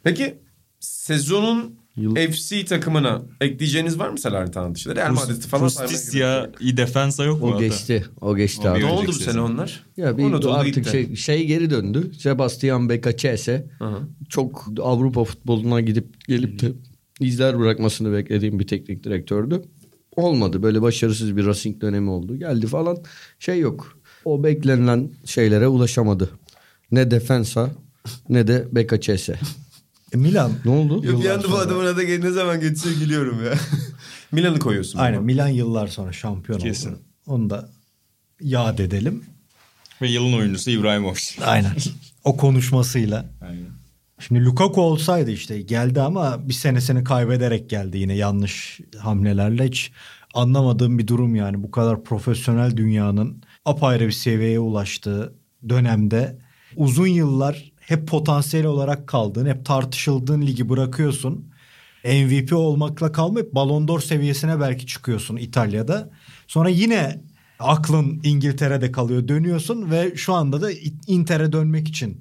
Peki sezonun FC takımına ekleyeceğiniz var mı Salernitana dışında? Real Madrid'i falan saymaya gerek Justicia yok. i Defensa yok mu? O orada? geçti. O geçti O abi. Ne oldu bu Önceki sene sezon. onlar? Ya bir Unutuldu artık gitti. şey, şey geri döndü. Sebastian Beka Çese çok Avrupa futboluna gidip gelip de izler bırakmasını beklediğim bir teknik direktördü. Olmadı. Böyle başarısız bir Racing dönemi oldu. Geldi falan. Şey yok. O beklenilen şeylere ulaşamadı. Ne Defensa ne de Beka Çese. E, Milan. Ne oldu? Ya bir anda bu sonra. adamın adı ne zaman geçiyor gülüyorum ya. Milan'ı koyuyorsun. Aynen Milan yıllar sonra şampiyon Kesin. oldu. Onu da yad edelim. Ve yılın oyuncusu İbrahimovic. Aynen. o konuşmasıyla. Aynen. Şimdi Lukaku olsaydı işte geldi ama bir senesini kaybederek geldi yine yanlış hamlelerle. Hiç anlamadığım bir durum yani bu kadar profesyonel dünyanın apayrı bir seviyeye ulaştığı dönemde uzun yıllar hep potansiyel olarak kaldığın, hep tartışıldığın ligi bırakıyorsun. MVP olmakla kalmayıp Ballon d'Or seviyesine belki çıkıyorsun İtalya'da. Sonra yine aklın İngiltere'de kalıyor dönüyorsun ve şu anda da Inter'e dönmek için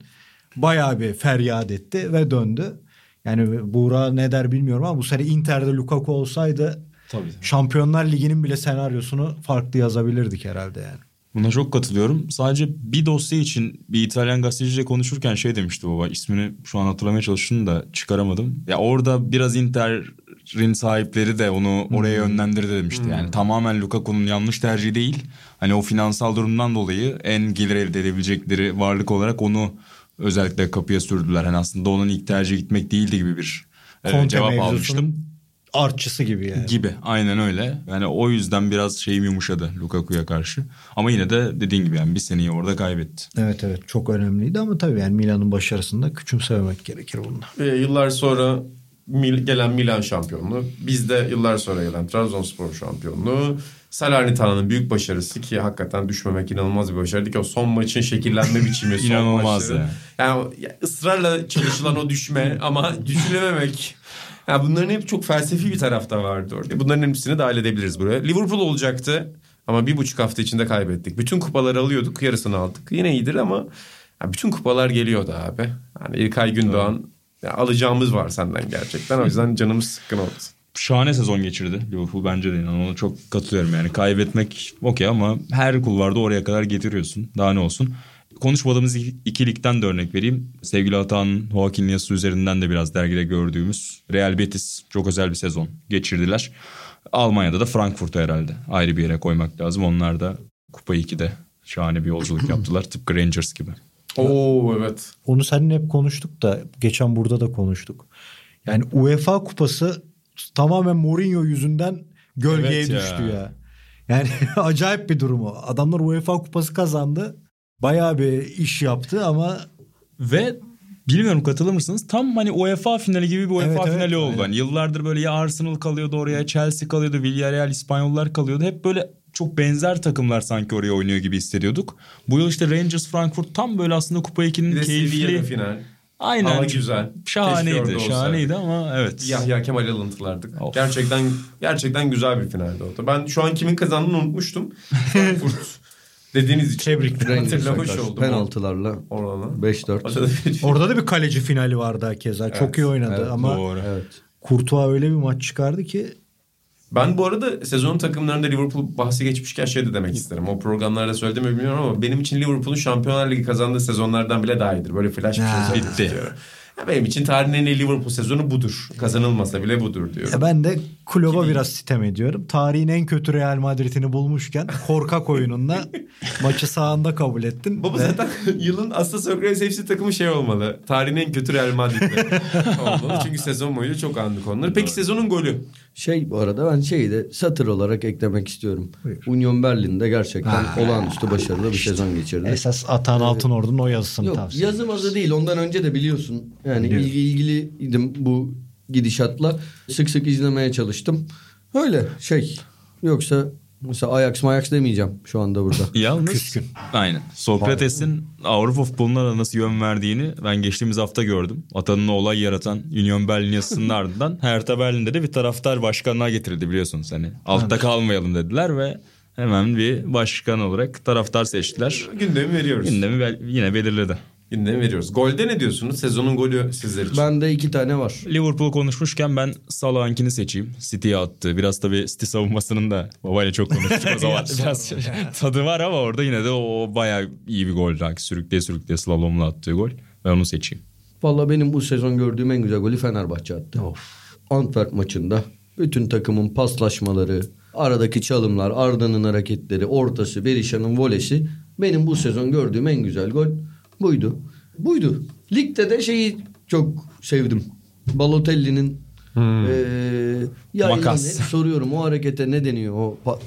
bayağı bir feryat etti ve döndü. Yani Buğra ne der bilmiyorum ama bu sene Inter'de Lukaku olsaydı Tabii. Şampiyonlar Ligi'nin bile senaryosunu farklı yazabilirdik herhalde yani. Buna çok katılıyorum. Sadece bir dosya için bir İtalyan gazeteciyle konuşurken şey demişti baba. ismini şu an hatırlamaya çalıştım da çıkaramadım. Ya orada biraz Inter'in sahipleri de onu oraya yönlendirdi demişti. Yani tamamen Lukaku'nun yanlış tercihi değil. Hani o finansal durumdan dolayı en gelir elde edebilecekleri varlık olarak onu özellikle kapıya sürdüler. Hani aslında onun ilk tercihi gitmek değildi gibi bir e, Conte cevap mevzusunun almıştım. Artçısı gibi yani. Gibi aynen öyle. Yani o yüzden biraz şeyim yumuşadı Lukaku'ya karşı. Ama yine de dediğin gibi yani bir seneyi orada kaybetti. Evet evet çok önemliydi ama tabii yani Milan'ın başarısında küçümsememek gerekir bunda. Ee, yıllar sonra Mil- gelen Milan şampiyonluğu. Bizde yıllar sonra gelen Trabzonspor şampiyonluğu. Salernitano'nun büyük başarısı ki hakikaten düşmemek inanılmaz bir başarıydı ki o son maçın şekillenme biçimi. son İnanılmaz maçları. ya. Yani ya ısrarla çalışılan o düşme ama düşülememek. Ya bunların hep çok felsefi bir tarafta vardı orada. Bunların hepsini dahil edebiliriz buraya. Liverpool olacaktı ama bir buçuk hafta içinde kaybettik. Bütün kupaları alıyorduk yarısını aldık. Yine iyidir ama ya bütün kupalar geliyordu abi. Yani İlkay Gündoğan ya alacağımız var senden gerçekten. O yüzden canımız sıkkın oldu. Şahane sezon geçirdi Liverpool bence de inan ona çok katılıyorum yani. Kaybetmek okey ama her kulvarda oraya kadar getiriyorsun. Daha ne olsun. Konuşmadığımız iki- ikilikten de örnek vereyim. Sevgili Atan Joaquin Nias'ı üzerinden de biraz dergide gördüğümüz Real Betis çok özel bir sezon geçirdiler. Almanya'da da Frankfurt'u herhalde ayrı bir yere koymak lazım. Onlar da Kupa 2'de şahane bir yolculuk yaptılar. Tıpkı Rangers gibi. Oo evet. Onu seninle hep konuştuk da geçen burada da konuştuk. Yani UEFA kupası tamamen Mourinho yüzünden gölgeye Evet ya. düştü ya. Yani acayip bir durumu. Adamlar UEFA kupası kazandı. Bayağı bir iş yaptı ama Ve bilmiyorum katılır mısınız? Tam hani UEFA finali gibi bir UEFA Evet, evet, finali oldu. aynen. Hani yıllardır böyle ya Arsenal kalıyordu oraya, Chelsea kalıyordu, Villarreal, İspanyollar kalıyordu. Hep böyle çok benzer takımlar sanki oraya oynuyor gibi hissediyorduk. Bu yıl işte Rangers Frankfurt tam böyle aslında Kupa 2'nin Bir de keyifli. Sevilla'da final. Aynen. Hava güzel. Keşke orada Şahaneydi. olsaydı. Şahaneydi ama evet. Yahya Kemal alıntılardık. Of. Gerçekten gerçekten güzel bir finaldi oldu. Ben şu an kimin kazandığını unutmuştum. Frankfurt dediğiniz için. Tebrikler. Hatırlamış Rangers'a karşı oldum. Penaltılarla Orada. 5-4. Orada bir- orada da bir kaleci finali vardı hakeza. Çok iyi oynadı ama Doğru. Evet. Kurtuğa öyle bir maç çıkardı ki Ben bu arada sezonun takımlarında Liverpool bahsi geçmişken şey de demek isterim. O programlarda söyledim mi bilmiyorum ama benim için Liverpool'un Şampiyonlar Ligi kazandığı sezonlardan bile daha iyidir. Böyle flash bir şey Ha. söylemek Bitti. istiyorum. Ya Benim için tarihin en iyi Liverpool sezonu budur. Kazanılmasa bile budur diyorum. Ya ben de Klopp'a biraz sitem ediyorum. Tarihin en kötü Real Madrid'ini bulmuşken korkak oyununda maçı sahanda kabul ettin. Baba ve zaten yılın aslında Sokrates FC takımı şey olmalı. Tarihin en kötü Real Madrid'i olmalı. Çünkü sezon boyunca çok andık onları. Peki sezonun golü? Şey bu arada ben şeyi de satır olarak eklemek istiyorum. Union Berlin'de gerçekten olağanüstü başarılı bir sezon geçirdi. Esas Atan Altınordu'nun o yazısını Yok tavsiye yazım azı değil ondan önce de biliyorsun. Yani Biliyorum. ilgi, ilgiliydim bu gidişatla. Sık sık izlemeye çalıştım. Öyle şey yoksa mesela Ajax Ajax demeyeceğim şu anda burada. Yalnız Küskün. aynen. Sokrates'in Avrupa futboluna nasıl yön verdiğini ben geçtiğimiz hafta gördüm. Atanın olay yaratan Union Berlin yazısının ardından Hertha Berlin'de de bir taraftar başkanlığa getirildi biliyorsunuz hani. Altta kalmayalım dediler ve hemen bir başkan olarak taraftar seçtiler. Gündemi veriyoruz. Gündemi bel- yine belirledi. Gündemi veriyoruz. Golde ne diyorsunuz? Sezonun golü sizler için. Bende iki tane var. Liverpool konuşmuşken ben Salah'ınkini seçeyim. City'ye attı. Biraz tabii City savunmasının da babayla çok konuştuk o zaman. Biraz şey. tadı var ama orada yine de o bayağı iyi bir gol. Sanki sürükleye sürükleye slalomla attığı gol. Ben onu seçeyim. Valla benim bu sezon gördüğüm en güzel golü Fenerbahçe attı. Antwerp maçında bütün takımın paslaşmaları, aradaki çalımlar, Arda'nın hareketleri, ortası, Berisha'nın volesi benim bu sezon gördüğüm en güzel gol buydu. Buydu. Ligde de şeyi çok sevdim. Balotelli'nin eee, ya Makas. yani hep soruyorum o harekete ne deniyor o pa-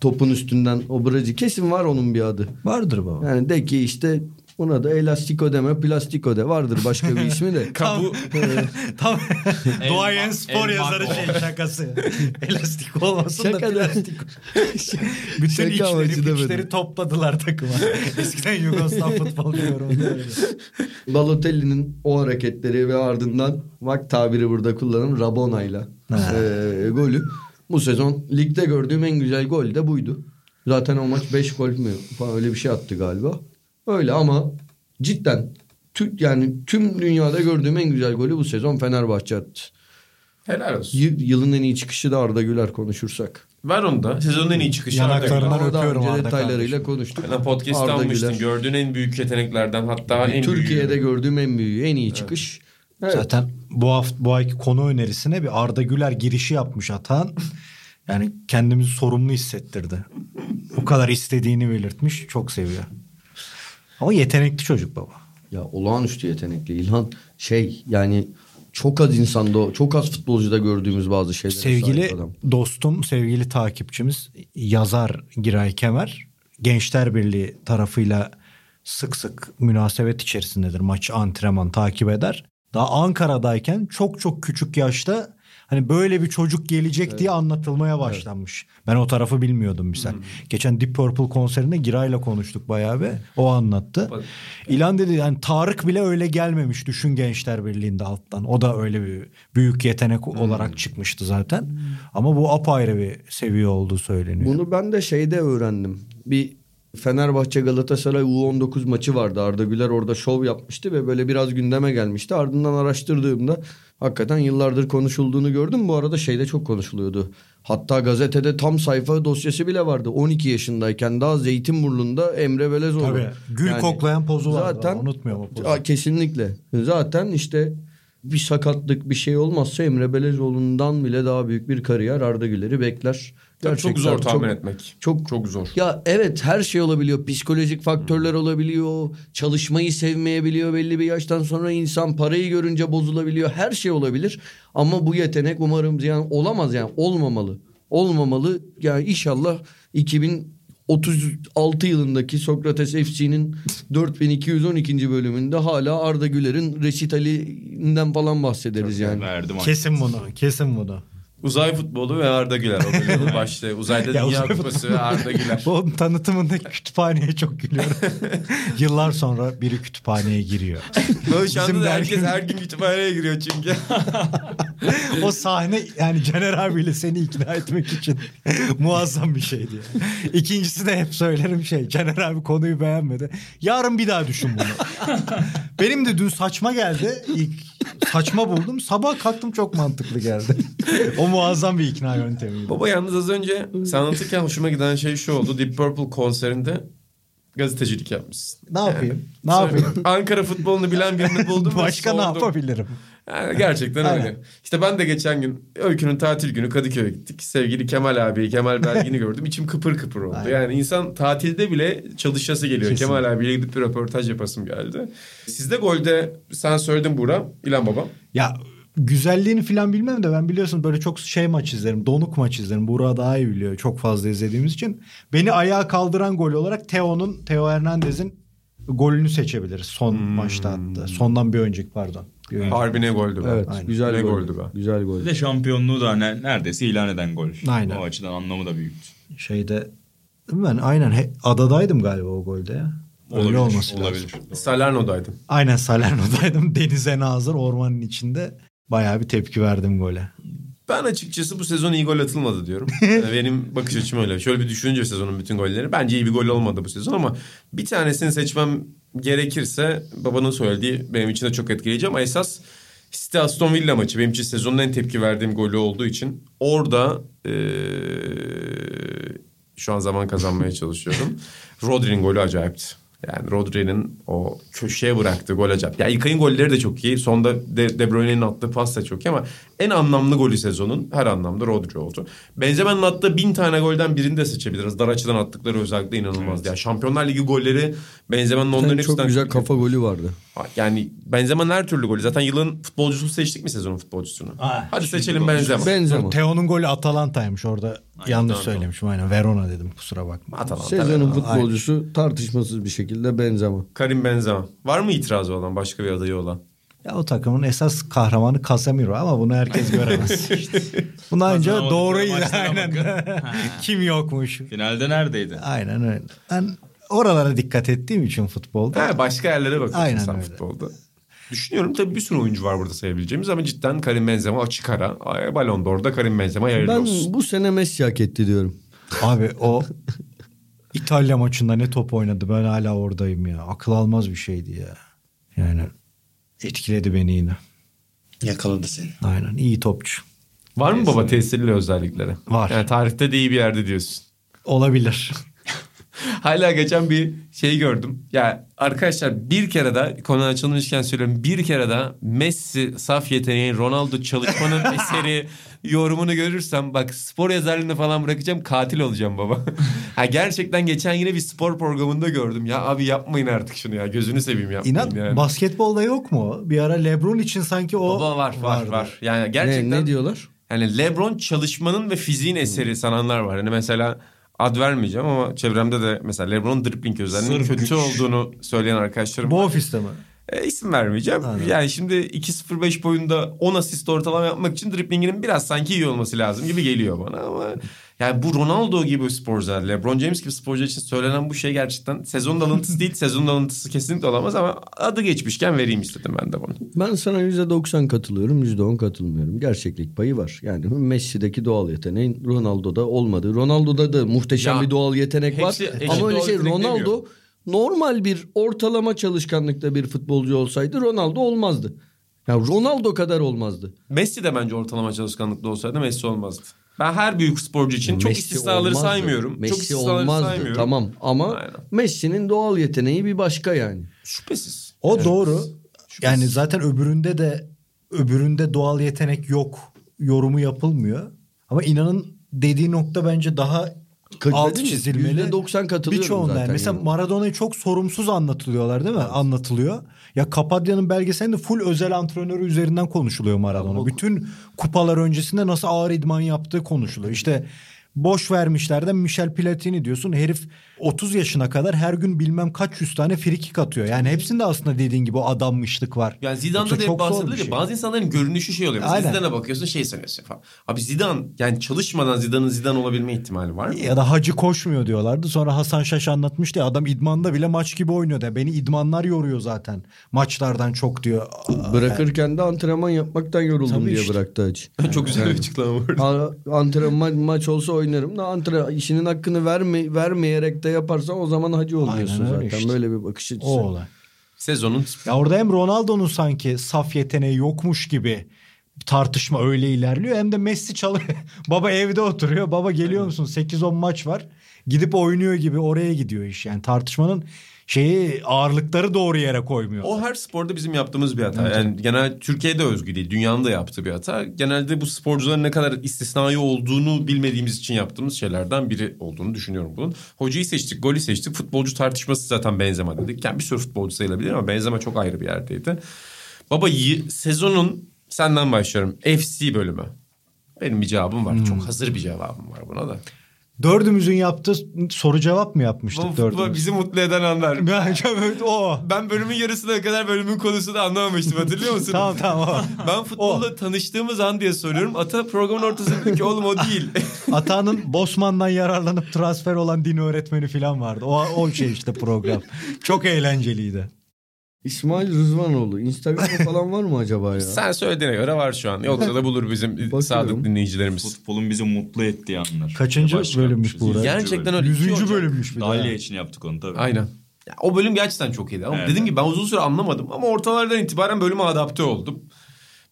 topun üstünden o bracı kesin var onun bir adı. Vardır baba. Yani de ki işte ona da elastiko deme plastiko de vardır başka bir ismi de. Ee, Tam, tam duayen spor yazarı şey şakası. Elastik olmasın da Şaka da- plastik. Bütün Şaka amacı içleri, demedim. içleri topladılar takıma. Eskiden Yugoslav futbol diyorum. Balotelli'nin o hareketleri ve ardından bak tabiri burada kullanım Rabona'yla eee, e, golü. Bu sezon ligde gördüğüm en güzel gol de buydu. Zaten o maç 5 gol mü falan öyle bir şey attı galiba. Öyle ama cidden tü, yani tüm dünyada gördüğüm en güzel golü bu sezon Fenerbahçe attı. Helal olsun. Y- yılın en iyi çıkışı da Arda Güler konuşursak. Ver onu da. Sezonun en iyi çıkışı. Yanaklarına Arda Güler. Ben Ama daha öpüyorum önce Arda detaylarıyla kardeşim. konuştuk. Ben podcast Arda almıştım. Güler. Ee, Gördüğün en büyük yeteneklerden hatta en Türkiye'de büyüğü. gördüğüm en büyüğü, en iyi çıkış. Evet. Zaten bu hafta bu ayki konu önerisine bir Arda Güler girişi yapmış Atan. Yani kendimizi sorumlu hissettirdi. Bu kadar istediğini belirtmiş. Çok seviyor. Ama yetenekli çocuk baba. Ya olağanüstü yetenekli İlhan. Şey yani çok az insanda, o- çok az futbolcuda gördüğümüz bazı şeyler. Sevgili dostum, sevgili takipçimiz yazar Giray Kemer Gençler Birliği tarafıyla sık sık münasebet içerisindedir. Maç antrenman takip eder. Daha Ankara'dayken çok çok küçük yaşta hani böyle bir çocuk gelecek diye anlatılmaya başlanmış. Ben o tarafı bilmiyordum misal. Geçen Deep Purple konserinde Giray'la konuştuk bayağı bir. O anlattı. İlan dedi yani Tarık bile öyle gelmemiş düşün Gençler Birliği'nde alttan. O da öyle bir büyük yetenek olarak çıkmıştı zaten. Ama bu apayrı bir seviye olduğu söyleniyor. Bunu ben de şeyde öğrendim. Bir Fenerbahçe Galatasaray U19 maçı vardı. Arda Güler orada şov yapmıştı ve böyle biraz gündeme gelmişti. Ardından araştırdığımda hakikaten yıllardır konuşulduğunu gördüm. Bu arada şeyde çok konuşuluyordu. Hatta gazetede tam sayfa dosyası bile vardı. 12 yaşındayken daha Zeytinburnu'nda Emre Belezoğlu. Tabii. Gül koklayan pozu vardı. Zaten Unutmuyorum o pozu. Aa, kesinlikle. Zaten işte bir sakatlık bir şey olmazsa Emre Belezoğlu'ndan bile daha büyük bir kariyer Arda Güler'i bekler. Tabii çok zor tahmin çok- etmek. Çok Çok zor. Ya evet her şey olabiliyor. Psikolojik faktörler olabiliyor. Çalışmayı sevmeyebiliyor belli bir yaştan sonra insan parayı görünce bozulabiliyor. Her şey olabilir. Ama bu yetenek umarım yani olamaz yani olmamalı. Olmamalı. Yani inşallah 2036 yılındaki Sokrates FC'nin 4212. bölümünde hala Arda Güler'in resitalinden falan bahsederiz yani. Verdim Kesin bunu. Kesin bunu. Uzay futbolu ve Arda Güler. O bölümün başlığı. Uzayda Ya Dünya uzay Kupası ve Arda Güler. Oğlum tanıtımındaki kütüphaneye çok gülüyorum. Yıllar sonra biri kütüphaneye giriyor. Böyle şu anda Bizim da herkes dergimiz- her gün kütüphaneye giriyor çünkü. O sahne yani Caner abiyle seni ikna etmek için muazzam bir şeydi. yani. İkincisi de hep söylerim şey Caner abi konuyu beğenmedi. Yarın bir daha düşün bunu. Benim de dün saçma geldi. İlk saçma buldum. Sabah kalktım çok mantıklı geldi. o muazzam bir ikna yöntemiydi. Baba yalnız az önce sen anlatırken hoşuma giden şey şu oldu. Deep Purple konserinde gazetecilik yapmışsın. Ne yapayım? Ne yapayım? Ankara futbolunu bilen birini buldum. ve Başka ne sordum. yapabilirim? Yani gerçekten Aynen. öyle. İşte ben de geçen gün Öykü'nün tatil günü Kadıköy'e gittik. Sevgili Kemal abi, Kemal Belgin'i gördüm. İçim kıpır kıpır oldu. Aynen. Yani insan tatilde bile çalışası geliyor. Kesin. Kemal abiyle gidip bir röportaj yapasım geldi. Sizde golde sen söyledin Buğra, İlan Babam. Ya güzelliğini falan bilmem de ben biliyorsun böyle çok şey maç izlerim. Donuk maç izlerim. Burak daha iyi biliyor. Çok fazla izlediğimiz için. Beni ayağa kaldıran gol olarak Teo'nun, Teo Hernandez'in golünü seçebiliriz. Son Hmm. maçta attı. Sondan bir önceki pardon. Bir önceki. Harbi ne goldü be. Evet Aynen. güzel Ne gol. goldü be. Güzel gol. Bir de şampiyonluğu da ne- neredeyse ilan eden gol. Aynen. O açıdan anlamı da büyüktü. şeyde ben aynen he- adadaydım galiba o golde ya. Öyle Olabilir, olması lazım. olabilir. Salerno'daydım. Aynen Salerno'daydım. Denize nazır ormanın içinde. Bayağı bir tepki verdim gole. Ben açıkçası bu sezon iyi gol atılmadı diyorum. Yani Benim bakış açım öyle. Şöyle bir düşününce sezonun bütün golleri. Bence iyi bir gol olmadı bu sezon ama bir tanesini seçmem gerekirse babanın söylediği benim için de çok etkileyici ama esas City Aston Villa maçı benim için sezonun en tepki verdiğim golü olduğu için orada eee, şu an zaman kazanmaya çalışıyorum. Rodri'nin golü acayipti. Yani Rodri'nin o köşeye bıraktığı gol acayip. Ya İlkay'ın golleri de çok iyi. Sonda De, De Bruyne'nin attığı pas da çok iyi ama en anlamlı golü sezonun her anlamda Rodri oldu. Benzema'nın attığı bin tane golden birini de seçebiliriz. Dar açıdan attıkları özellikle inanılmazdı. Ya Şampiyonlar Ligi golleri Benzema'nın onların Sen çok hepsinden- güzel kafa golü vardı. Yani Benzema'nın her türlü golü. Zaten yılın futbolcusunu seçtik mi sezonun futbolcusunu? Ah, Hadi seçelim Benzema. Benzema. Teo'nun golü Atalanta'ymış orada. yanlış söylemişim aynen. Verona dedim kusura bakma. Atalanta. Sezonun futbolcusu tartışmasız bir şekilde Benzema. Karim Benzema. Var mı itirazı olan başka bir adayı olan? Ya o takımın esas kahramanı Casemiro ama bunu herkes göremez. Bunu ancak Kazanamadıkları doğru izle. maçlara Aynen. bakın. Kim yokmuş. Finalde neredeydi? Aynen öyle. Ben oralara dikkat ettiğim için futbolda. Ha, başka yerlere bakıyorsun Aynen sen öyle. futbolda. Düşünüyorum tabii bir sürü oyuncu var burada sayabileceğimiz ama cidden Karim Benzema açık ara. Ay, Ballon d'Or'da Karim Benzema hayırlı Ben olsun. bu sene Messi hak etti diyorum. Abi o İtalya maçında ne top oynadı ben hala oradayım ya. Akıl almaz bir şeydi ya. Yani etkiledi beni yine. Yakaladı seni. Aynen iyi topçu. Var mı baba tesirli özellikleri? Var. Yani tarihte de iyi bir yerde diyorsun. Olabilir. Hala geçen bir şey gördüm. Ya arkadaşlar bir kere daha konu açılmışken söylüyorum. Bir kere daha Messi saf yeteneği, Ronaldo çalışmanın eseri yorumunu görürsem bak spor yazarlığını falan bırakacağım katil olacağım baba. ha gerçekten geçen yine bir spor programında gördüm. Ya abi yapmayın artık şunu ya gözünü seveyim yapmayın İnan yani. basketbolda yok mu? o? Bir ara Lebron için sanki o Baba var var vardı. var. Yani Ne, gerçekten ne diyorlar? yani LeBron çalışmanın ve fiziğin eseri sananlar var. Hani mesela ad vermeyeceğim ama çevremde de mesela LeBron dribbling özelliğinin Sırf kötü güç. olduğunu söyleyen arkadaşlarım Bu var. ofiste mi? E, isim vermeyeceğim. Aynen. Yani şimdi 2.05 boyunda 10 asist ortalama yapmak için dribblinginin biraz sanki iyi olması lazım gibi geliyor bana ama yani bu Ronaldo gibi sporcular, LeBron James gibi sporcu için söylenen bu şey gerçekten sezon alıntısı değil. Sezon alıntısı kesinlikle olamaz ama adı geçmişken vereyim istedim ben de bunu. Ben sana %90 katılıyorum, %10 katılmıyorum. Gerçeklik payı var. Yani Messi'deki doğal yeteneğin Ronaldo'da olmadı. Ronaldo'da da muhteşem Ya, bir doğal yetenek var. hepsi- hepsi Ama öyle doğal şey yetenek Ronaldo demiyorum. normal bir ortalama çalışkanlıkta bir futbolcu olsaydı Ronaldo olmazdı. Yani Ronaldo kadar olmazdı. Messi de bence ortalama çalışkanlıkta olsaydı Messi olmazdı. Ben her büyük sporcu için çok Messi istisnaları olmazdı. saymıyorum. Messi çok istisnaları olmazdı. saymıyorum. Tamam ama Aynen. Messi'nin doğal yeteneği bir başka yani. Şüphesiz. O doğru. Yani zaten öbüründe de öbüründe doğal yetenek yok yorumu yapılmıyor. Ama inanın dediği nokta bence daha Kırk alt dedin mi? çizilmeli. %90 katılıyorum Birçoğunda zaten Mesela yani. Maradona'yı çok sorumsuz anlatılıyorlar değil mi? Anlatılıyor. Ya Kapadya'nın belgeselinde full özel antrenörü üzerinden konuşuluyor Maradona. Bütün kupalar öncesinde nasıl ağır idman yaptığı konuşuluyor. İşte boş vermişler de Michel Platini diyorsun. Herif 30 yaşına kadar her gün bilmem kaç yüz tane frikik atıyor. Yani hepsinde aslında dediğin gibi o adammışlık var. Yani Zidane'da Yoksa da hep çok zor bir bahsedilir ya şey. bazı insanların görünüşü şey oluyor. Mesela Aynen. Zidane'a bakıyorsun şey sanıyorsun falan. Abi Zidane yani çalışmadan Zidane'ın Zidane olabilme ihtimali var mı? Ya da hacı koşmuyor diyorlardı. Sonra Hasan Şaş anlatmıştı ya adam idmanda bile maç gibi oynuyor de. Beni idmanlar yoruyor zaten. Maçlardan çok diyor. Aa, Bırakırken de antrenman yapmaktan yoruldum Tabii diye işte. bıraktı acı. Çok güzel bir açıklama var. Ha, antrenman maç olsa oynarım da antre işinin hakkını verme, vermeyerek de yaparsan o zaman hacı oluyorsun Aynen öyle zaten. işte. Böyle bir bakış açısı. O olay. Sezonun Ya orada hem Ronaldo'nun sanki saf yeteneği yokmuş gibi tartışma öyle ilerliyor. Hem de Messi çalıyor. baba evde oturuyor. Baba geliyor musun? 8-10 maç var. gidip oynuyor gibi oraya gidiyor iş. Yani tartışmanın şeyi ağırlıkları doğru yere koymuyor. O her sporda bizim yaptığımız bir hata. Yani genel Türkiye'de özgü değil. Dünyanın da yaptığı bir hata. Genelde bu sporcuların ne kadar istisnai olduğunu bilmediğimiz için yaptığımız şeylerden biri olduğunu düşünüyorum bunun. Hocayı seçtik, golü seçtik. Futbolcu tartışması zaten Benzema dedik. Yani bir sürü futbolcu sayılabilir ama Benzema çok ayrı bir yerdeydi. Baba y- sezonun senden başlıyorum. FC bölümü. Benim bir cevabım var. Çok hazır bir cevabım var buna da. Dördümüzün yaptığı soru cevap mı Bu yapmıştık futbol dördümüz? bizi mutlu eden anlar. o. Ben bölümün yarısına kadar bölümün konusunu anlamamıştım hatırlıyor musunuz? Tamam tamam Ben futbolla tanıştığımız an diye soruyorum. Ata programın ortasında dedi ki oğlum o değil. o. Atanın Bosman'dan yararlanıp transfer olan din öğretmeni falan vardı. O, o şey işte program. Çok eğlenceliydi. İsmail Rızvanoğlu. Instagram'da falan var mı acaba ya? Sen söylediğine göre var şu an. Yoksa da bulur bizim sadık dinleyicilerimiz. Futbolun bizi mutlu ettiği anlar. Kaçıncı bölümmüş bu Buğra? arada? Gerçekten öyle. İki Yüzüncü Ocak. bölünmüş bir de. Dalya için yaptık onu tabii. Aynen. Ya, o bölüm gerçekten çok iyiydi. Ama Evet. dediğim gibi ben uzun süre anlamadım. Ama ortalardan itibaren bölüme adapte oldum.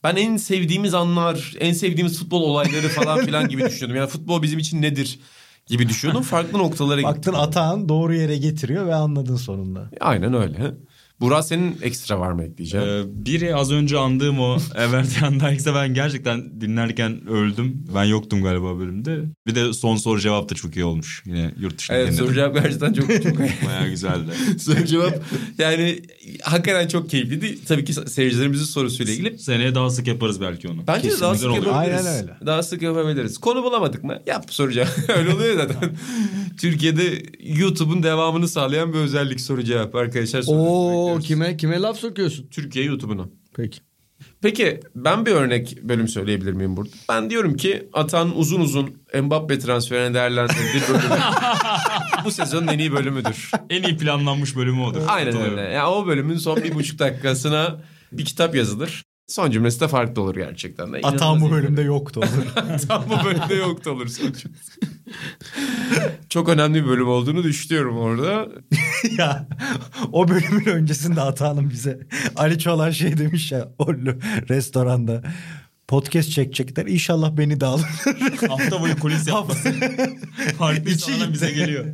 Ben en sevdiğimiz anlar, en sevdiğimiz futbol olayları falan filan gibi düşünüyordum. Yani futbol bizim için nedir gibi düşünüyordum. Farklı noktalara gittim. Baktın atağın doğru yere getiriyor ve anladın sonunda. Aynen öyle. Burak senin ekstra var mı ekleyeceğin? Ee, biri az önce andığım o Evert Van Dijk'se ben gerçekten dinlerken öldüm. Ben yoktum galiba bölümde. Bir de son soru cevap da çok iyi olmuş. Yine yurt dışında evet dinledim. soru cevap gerçekten çok çok Bayağı güzeldi. soru cevap yani hakikaten çok keyifliydi. Tabii ki seyircilerimizin sorusuyla ilgili. Seneye daha sık yaparız belki Bence onu. de daha Kesin sık güzel oluyor. yapabiliriz. Aynen öyle. Daha sık yapabiliriz. Konu bulamadık mı? Yap soru cevap. öyle oluyor zaten. Türkiye'de YouTube'un devamını sağlayan bir özellik soru cevap arkadaşlar. soruları Oo bekliyoruz. kime kime laf sokuyorsun? Türkiye YouTube'una. Peki. Peki ben bir örnek bölüm söyleyebilir miyim burada? Ben diyorum ki Atan uzun uzun Mbappe transferini değerlendirdiği bölüm. Bu sezonun en iyi bölümüdür. En iyi planlanmış bölümü odur. Aynen Katılıyorum. öyle. Yani o bölümün son bir buçuk dakikasına bir kitap yazılır. Son cümlesi de farklı olur gerçekten. De. Atağın bu İnanılmaz iyi bölümde yoktu. Tam bu bölümde yoktu olur son cümlesi. Çok önemli bir bölüm olduğunu düşünüyorum orada. ya o bölümün öncesinde Atağan'ın bize Ali Çolan şey demiş ya o lo- restoranda podcast çekecekler inşallah beni de alır. Hafta boyu kulis yapması. Farklı İçi insanlar bize gitti. geliyor.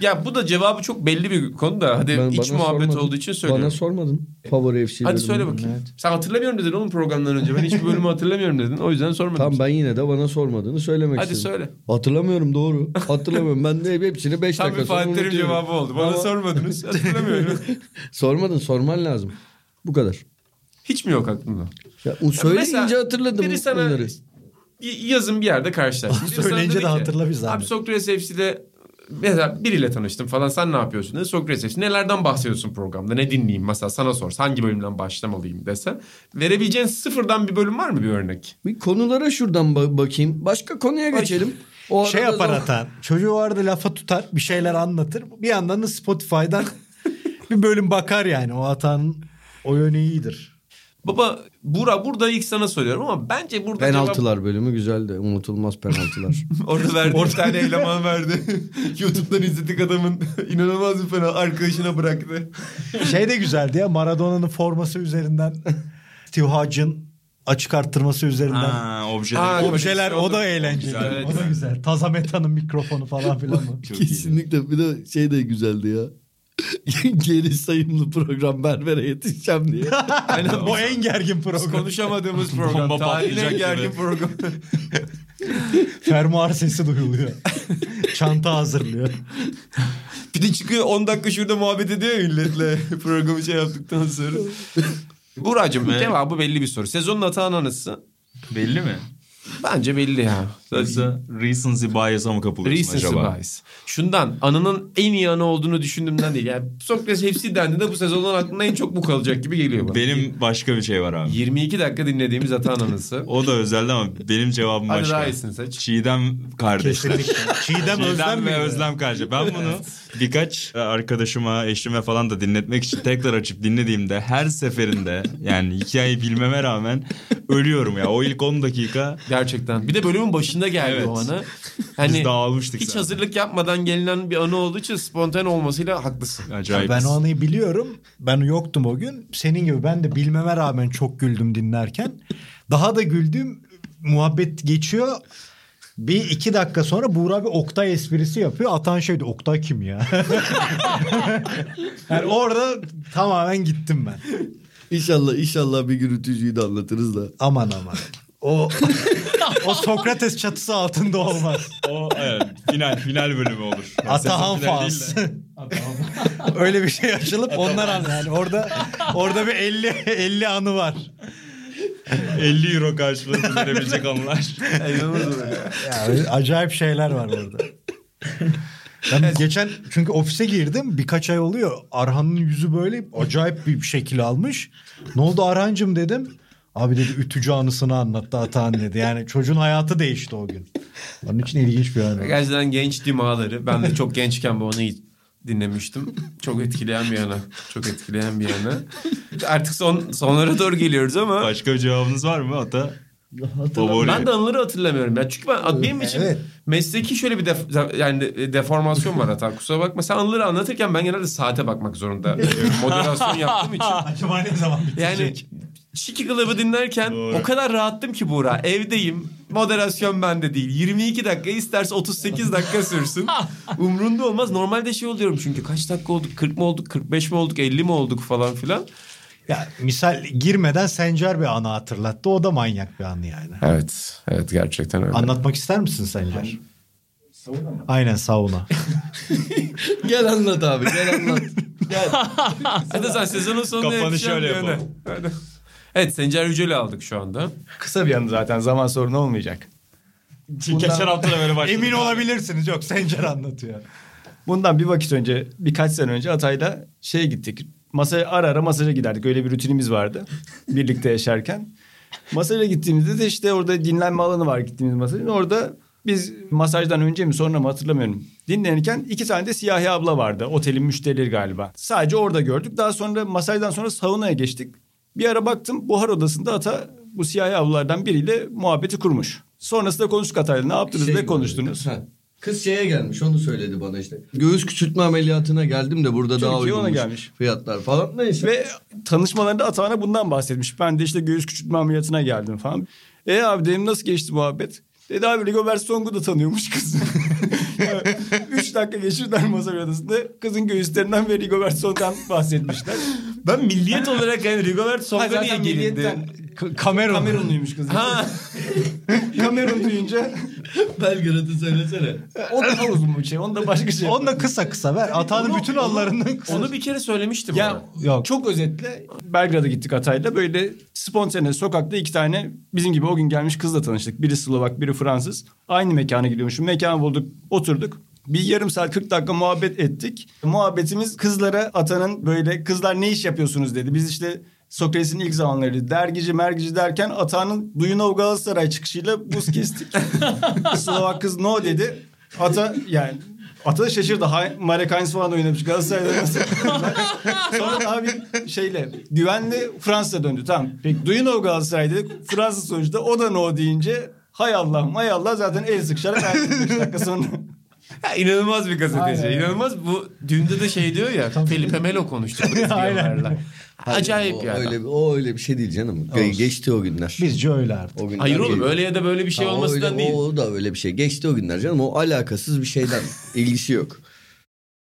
Ya bu da cevabı çok belli bir konu da. Hadi Ben- iç bana muhabbet sormadın. olduğu için söylüyorum. Bana sormadın. Favori FC Hadi bölümünü. söyle bakayım. Sen hatırlamıyorum dedin oğlum programdan önce. Ben hiçbir bölümü hatırlamıyorum dedin. O yüzden sormadım. Tamam ben yine de bana sormadığını söylemek Hadi istedim. söyle. Hatırlamıyorum doğru. Hatırlamıyorum. Ben de hepsini 5 Tam dakika bir sonra Fatih Terim unutuyorum. cevabı oldu. Bana Ama sormadınız. Hatırlamıyorum. Sormadın sorman lazım. Bu kadar. Hiç mi yok aklında? Ya, o söyleyince Mesela hatırladım biri sana- bunları. Y- yazın bir yerde karşılaştım. Biri sana Söyleyince dedi de ki, hatırlamış zaten. Abi Sokrates FC'de mesela biriyle tanıştım falan sen ne yapıyorsun dedi. Sokrates FC nelerden bahsediyorsun programda ne dinleyeyim mesela sana sor hangi bölümden başlamalıyım dese. Verebileceğin sıfırdan bir bölüm var mı bir örnek? Bir konulara şuradan ba- bakayım. Başka konuya geçelim. O şey arada yapar zaman- Atan. Çocuğu vardı lafa tutar bir şeyler anlatır. Bir yandan da Spotify'dan bir bölüm bakar yani. O Atan'ın o yönü iyidir. Baba Bura burada ilk sana soruyorum ama bence burada Penaltılar bölümü güzeldi. Unutulmaz penaltılar. cevap orada verdi bir tane eleman verdi. YouTube'dan izledik adamın inanılmaz bir penaltı arkadaşına bıraktı. Şey de güzeldi ya Maradona'nın forması üzerinden Steve Hodge'ın açık arttırması üzerinden. Ha, objeler. Aa, O bir şeyler Oldu. o da eğlenceli. Güzel, evet. o da güzel. Tazameta'nın mikrofonu falan filan mı? Çok iyi. Kesinlikle bir de şey de güzeldi ya. Geri sayımlı program berbere yetişeceğim diye. o en gergin Biz program. konuşamadığımız program. Bomba Tarihine patlayacak gibi. gergin program. Fermuar sesi duyuluyor. Çanta hazırlıyor. Bir de çıkıyor 10 dakika şurada muhabbet ediyor ya milletle programı şey yaptıktan sonra. Buracığım Evet. cevabı belli bir soru. Sezonun atağın anısı Belli mi? bence belli ya. Yoksa recency bias'a mı kapılıyorsun Recency acaba? bias. Şundan anının en iyi anı olduğunu düşündüğümden değil. Yani Sokrates hepsi dendiğinde bu sezonun aklına en çok bu kalacak gibi geliyor bana. Benim başka bir şey var abi. 22 dakika dinlediğimiz atağın anısı. O da özeldi ama benim cevabım Hadi başka. daha iyisini seç. Çiğdem kardeşler. Kesinlikle. Çiğdem Özlem Çiğdem mi? ve Özlem kardeşler. Ben bunu birkaç arkadaşıma, eşime falan da dinletmek için tekrar açıp dinlediğimde her seferinde yani hikayeyi bilmeme rağmen ölüyorum ya. O ilk 10 dakika Gerçekten. Bir de bölümün başında geldi Evet. o anı. Hani biz dağılmıştık. hiç zaten. hazırlık yapmadan gelinen bir anı olduğu için spontane olmasıyla haklısın. Acayip. Ben o anıyı biliyorum. Ben yoktum o gün. Senin gibi ben de bilmeme rağmen çok güldüm dinlerken. Daha da güldüm. Muhabbet geçiyor. Bir iki dakika sonra Buğra bir Oktay esprisi yapıyor. Atan şey diyor Oktay kim ya? yani orada tamamen gittim ben. İnşallah inşallah bir gürültücüyü de anlatırız da. Aman aman. O o Sokrates çatısı altında olmaz. O evet, final final bölümü olur. Atahan Sezon finali Fals. değil de. Öyle bir şey açılıp onlar an yani orada orada bir 50 50 anı var. 50 euro karşılığında verebilecek onlar. Yani acayip şeyler var orada. Ben geçen çünkü ofise girdim birkaç ay oluyor. Arhan'ın yüzü böyle acayip bir şekil almış. Ne oldu Arhan'cım dedim. Abi dedi ütücü anısını anlattı Atahan dedi. Yani çocuğun hayatı değişti o gün. Onun için ilginç bir anı. Gerçekten genç dimağları. Ben de çok gençken bu onu dinlemiştim. Çok etkileyen bir yana. Çok etkileyen bir yana. Artık son sonlara doğru geliyoruz ama Başka bir cevabınız var mı Ata? Favori. ben de anıları hatırlamıyorum. Ya çünkü ben benim için Evet. mesleki şöyle bir def- yani de- e, deformasyon var hatta. Kusura bakma. Sen anıları anlatırken ben genelde saate bakmak zorunda. oluyorum. Moderasyon yaptığım için. Acaba ne zaman Yani Şiki Club'ı dinlerken Doğru. o kadar rahattım ki Buğra. Evdeyim. Moderasyon bende değil. 22 dakika isterse 38 dakika sürsün. Umrunda olmaz. Normalde şey oluyorum çünkü kaç dakika olduk? 40 mı olduk? 45 mi olduk? 50 mi olduk falan filan. Ya misal girmeden Sencer bir anı hatırlattı. O da manyak bir anı yani. Evet. Evet gerçekten öyle. Anlatmak ister misin Sencer? Sauna mı? Aynen sauna. Gel anlat abi gel anlat. Hadi sen sezonun sonuna Kapanışı yakışan öyle bir yana. yapalım. Hadi. Evet Sencer Yücel'i aldık şu anda. Kısa bir yanı zaten zaman sorunu olmayacak. Geçen hafta da böyle başladık. Emin olabilirsiniz. Yok Sencer anlatıyor. Bundan bir vakit önce birkaç sene önce Atay'la şeye gittik. Masaya ara ara masaja giderdik. Öyle bir rutinimiz vardı birlikte yaşarken. Masaja gittiğimizde de işte orada dinlenme alanı var gittiğimiz masajın. Orada biz masajdan önce mi sonra mı hatırlamıyorum. Dinlenirken iki tane de siyahi abla vardı. Otelin müşterileri galiba. Sadece orada gördük. Daha sonra masajdan sonra saunaya geçtik. Bir ara baktım buhar odasında Ata bu siyahi ablalardan biriyle muhabbeti kurmuş. Sonrasında konuştuk Atay'la ne yaptınız Şey ne konuştunuz. Ha. Kız şeye gelmiş onu söyledi bana işte. Göğüs küçültme ameliyatına geldim de burada daha Türkiye ona uygunmuş gelmiş. fiyatlar falan. Neyse. Ve tanışmalarında Atahan'a bundan bahsetmiş. Ben de işte göğüs küçültme ameliyatına geldim falan. E abi dedim nasıl geçti muhabbet? Dedi abi Rigobert Song'u da tanıyormuş kız. Yani Üç dakika geçirdiler masa bir odasında. Kızın göğüslerinden ve Rigobert Song'dan bahsetmişler. Ben milliyet olarak yani Rigobert Ha, Song'a niye gelindi? Kamerun. Kamerunluymuş kız. Ha. Kamerun duyunca Belgrad'ı söylesene. o daha uzun bir şey. Onu da başka şey. Onunla kısa kısa ver. Atanın bütün allarından kısa. Onu bir kere söylemiştim. Ya ona. Yok. çok özetle Belgrad'a gittik Atay'la. Böyle spontane sokakta iki tane bizim gibi o gün gelmiş kızla tanıştık. Biri Slovak, biri Fransız. Aynı mekana gidiyormuşum. Mekan bulduk, oturduk. Bir yarım saat 40 dakika muhabbet ettik. Muhabbetimiz kızlara Atan'ın böyle kızlar ne iş yapıyorsunuz dedi. Biz işte Sokrates'in ilk zamanları dergici mergici derken Atan'ın Duyunov Galatasaray çıkışıyla buz kestik. Slovak kız no dedi. Ata yani Ata da şaşırdı. Hay, Marek Heinz falan oynamış Galatasaray'da. nasıl? Sonra daha bir şeyle güvenli Fransa döndü. Tamam. Peki duyun o Galatasaray dedik. Fransa sonuçta o da no deyince hay Allah hay Allah zaten el sıkışarak ertesi beş dakika sonra. Ya inanılmaz bir gazeteci. İnanılmaz bu dünde de şey diyor ya. Felipe Melo konuştu. Aynen. Acayip o, yani. Öyle, o öyle bir şey değil canım. Ge- Geçti o günler. Bizce öyle artık. O günler Hayır oğlum geçti. öyle ya da böyle bir şey Ha, o olmasından öyle- değil. O da öyle bir şey. Geçti o günler canım. O alakasız bir şeyden. ilgisi yok.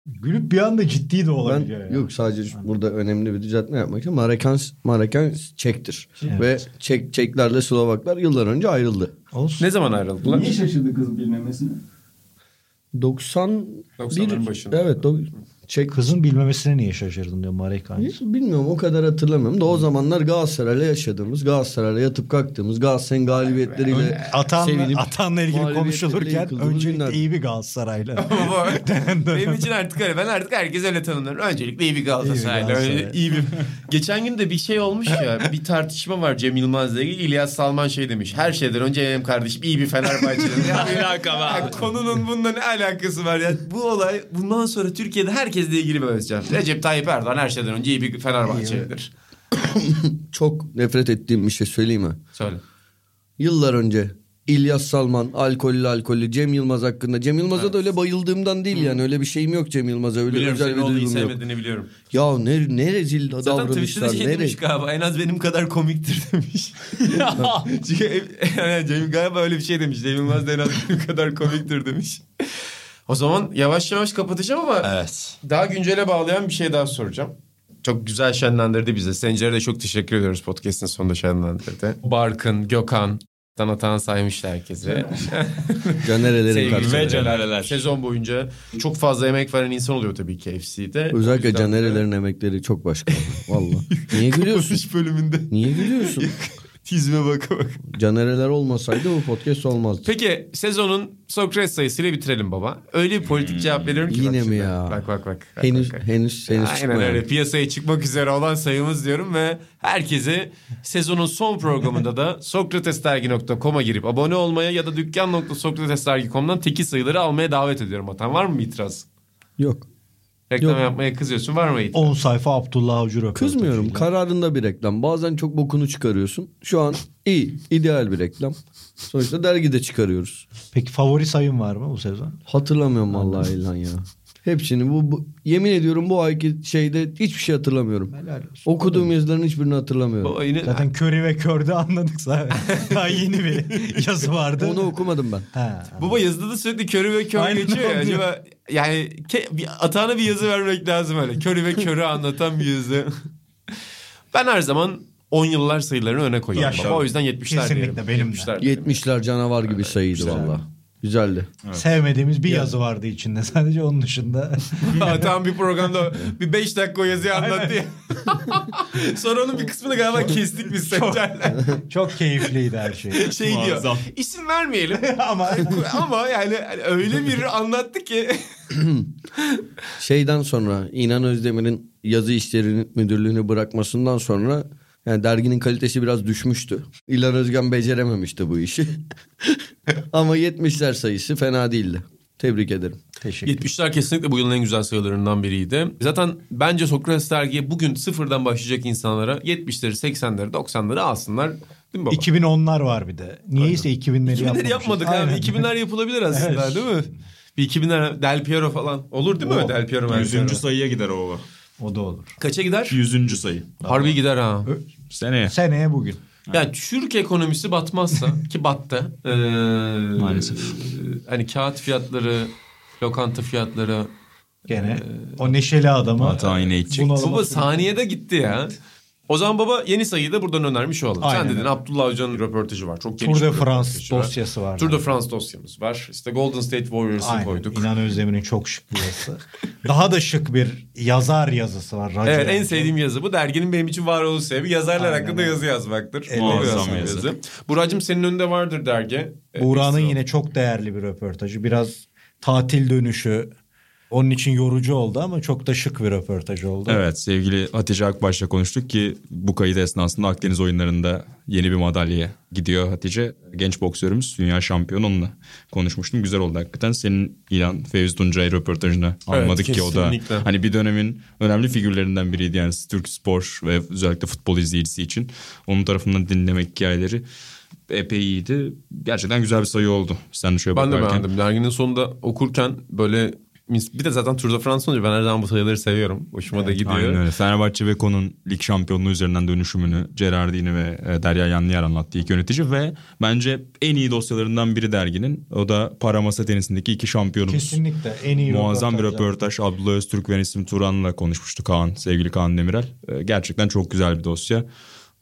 Gülüp bir anda ciddi de Ben olabiliyor. ya. yok sadece şu- burada önemli bir düzeltme yapmak için Marekans Marekans Çek'tir. Ve Çek Çeklerle Slovaklar yıllar önce ayrıldı. Olsun. Ne zaman ayrıldılar? şaşırdı kız bilmemesine? 90 90'ların başında. Evet, do- Çek Kızın bilmemesine niye şaşırdın diyor Marek Heinz. Neyse, Bilmiyorum o kadar hatırlamıyorum da o zamanlar Galatasaray'la yaşadığımız, Galatasaray'la yatıp kalktığımız, Galatasaray'ın galibiyetleriyle Atan'la, sevinip Atan'la ilgili mağlubiyetleriyle konuşulurken yıkıldığımız öncelikle günler. iyi bir Galatasaray'la. Baba, Benim için artık öyle. Ben artık herkes öyle tanımlarım. Öncelikle iyi bir Galatasaraylı. İyi bir Galatasaray. Öyle iyi bir... Geçen gün de bir şey olmuş ya. Bir tartışma var Cem Yılmaz'la ilgili. İlyas Salman şey demiş. Her şeyden önce benim kardeşim iyi bir Fenerbahçeli. ya, ya konunun bununla ne alakası var ya? Bu olay bundan sonra Türkiye'de herkesle ilgili böyle olacak. Recep Tayyip Erdoğan her şeyden önce iyi bir Fenerbahçelidir. çok nefret ettiğim bir şey söyleyeyim mi? Söyle. Yıllar önce İlyas Salman alkollü alkollü Cem Yılmaz hakkında. Cem Yılmaz'a da öyle bayıldığımdan değil yani öyle bir şeyim yok Cem Yılmaz'a öyle Biliyorum özel senin bir olayı duygum yok. sevmediğini biliyorum. Ya ne, ne rezil Zaten davranışlar Twitter'da şey ne demiş rezil. galiba en az benim kadar komiktir demiş. Çünkü ev- yani Cemil galiba öyle bir şey demiş. Cemil Yılmaz da en az benim kadar komiktir demiş. O zaman yavaş yavaş kapatacağım ama Evet. daha güncele bağlayan bir şey daha soracağım. Çok güzel şenlendirdi bize. Sencer'e de çok teşekkür ediyoruz podcast'in sonunda şenlendirdi. Barkın, Gökhan, Tanatan saymıştı herkese. Canerelerin Sevgili karşılığı. ve Canereler. Sezon boyunca çok fazla emek veren insan oluyor tabii ki FC'de. Özellikle Canerelerin emekleri çok başka. Valla. Niye gülüyorsun? Üç bölümünde Niye gülüyorsun? tizme baka baka. Canereler olmasaydı bu podcast olmazdı. Peki sezonun Sokrates sayısıyla bitirelim baba. Öyle bir politik cevap veriyorum ki. Hmm, Yine bak mi şimdi. ya? Bak bak bak. bak, henüz bak, bak. henüz henüz Aynen çıkmayan. öyle piyasaya çıkmak üzere olan sayımız diyorum ve herkese sezonun son programında da sokratesdergi.com'a girip abone olmaya ya da dükkan.sokratesdergi.com'dan teki sayıları almaya davet ediyorum. Atan var mı itiraz? Yok. Reklam Yok. yapmaya kızıyorsun var mı itiraz? 10 sayfa Abdullah Avcı röportajı. Kızmıyorum. Kararında bir reklam. Bazen çok bokunu çıkarıyorsun. Şu an iyi, ideal bir reklam. Sonuçta dergide çıkarıyoruz. Peki favori sayın var mı bu sezon? Hatırlamıyorum vallahi lan ya. Hepsini bu, bu- yemin ediyorum bu ayki şeyde hiçbir şey hatırlamıyorum. Okuduğum yazıların hiçbirini hatırlamıyorum. Baba yine Zaten körü ve körde anladık zaten. Daha yeni bir yazı vardı. Onu okumadım ben. Ha. Baba yazıda da sürekli körü ve kör Aynen, geçiyor ya. onu diyor. Acaba yani ke- bir, atağına bir yazı vermek lazım öyle. Körü ve körü anlatan bir yazı. ben her zaman 10 yıllar sayılarını öne koyuyorum. Yaşa. baba. O yüzden 70'ler diyelim. Kesinlikle benim de. 70'ler diyelim. 70'ler canavar gibi sayıydı valla. Güzeldi. Sevmediğimiz bir yazı vardı içinde sadece onun dışında. Atan bir programda bir 5 dakika o yazıyı anlattı ya. Sonra onun bir kısmını galiba kestik biz Sencer'le. Çok keyifliydi her şey. Şey diyor. Muazzam. İsim vermeyelim. Ama Ama yani hani öyle bir anlattı ki. Şeyden sonra İnan Özdemir'in yazı işlerinin müdürlüğünü bırakmasından sonra yani derginin kalitesi biraz düşmüştü. İlhan Özgen becerememişti bu işi. Ama 70'ler sayısı fena değildi. Tebrik ederim. teşekkür 70'ler kesinlikle bu yılın en güzel sayılarından biriydi. Zaten bence Sokrates dergiye bugün sıfırdan başlayacak insanlara 70'leri, 80'leri, 90'ları alsınlar. Değil mi baba? 2010'lar var bir de. Niyeyse 2000'leri, 2000'leri yapmamışız. yapmadık Aynen. abi. 2000'ler yapılabilir aslında Evet. değil mi? Bir 2000'ler Del Piero falan. Olur değil mi? Oo. Del Piero, Del Piero. Yüzüncü sayıya gider o. O da olur. Kaça gider? Yüzüncü sayı. Harbi gider ha. Seneye. Seneye bugün. Yani Türk ekonomisi batmazsa ki battı. Ee, Maalesef. e, Hani kağıt fiyatları, lokanta fiyatları. Gene Ee, o neşeli adamı. Hata yine içecek. bunalıma Baba sürüyor. saniyede gitti ya. O zaman baba yeni sayıyı da buradan önermiş olalım. Aynen Sen dedin öyle. Abdullah Hoca'nın röportajı var. Çok geniş Tour de bir France röportajı var. dosyası var. Tour de France dosyamız var. İşte Golden State Warriors'ı Aynen. koyduk. İnan Özdemir'in çok şık bir yazısı. Daha da şık bir yazar yazısı var. Raci Evet en yazısı. sevdiğim yazı. Bu derginin benim için varoluş sebebi yazarlar Aynen hakkında öyle. yazı yazmaktır. Elleri Muazzam yazan bir yazı. Buracığım senin önünde vardır dergi. Ee, Buğra'nın ekstra. yine çok değerli bir röportajı. Biraz tatil dönüşü. Onun için yorucu oldu ama çok da şık bir röportaj oldu. Evet sevgili Hatice Akbaş'la konuştuk ki bu kayıt esnasında Akdeniz oyunlarında yeni bir madalyaya gidiyor Hatice. Genç boksörümüz dünya şampiyonu onunla konuşmuştum. Güzel oldu hakikaten. Senin ilan Fevzi Tuncay röportajını almadık ki o da. kesinlikle. Hani bir dönemin önemli figürlerinden biriydi yani Türk spor ve özellikle futbol izleyicisi için. Onun tarafından dinlemek hikayeleri epey iyiydi. Gerçekten güzel bir sayı oldu. Sen de şöyle Ben de bakarken. beğendim. Derginin sonunda okurken böyle mis- bir de zaten Tour de France olunca ben her zaman bu sayıları seviyorum. Hoşuma da gidiyor. Aynen öyle. Fenerbahçe ve Kon'un lig şampiyonluğu üzerinden dönüşümünü Gerardini ve e, Derya Yanlıyer anlattı ilk yönetici ve bence en iyi dosyalarından biri derginin. O da para masa tenisindeki iki şampiyonumuz. Kesinlikle en iyi Muazzam bir röportaj yaptı. röportaj. Abdullah Öztürk ve Nesim Turan'la konuşmuştu Kaan, sevgili Kaan Demirel. E, Gerçekten çok güzel bir dosya.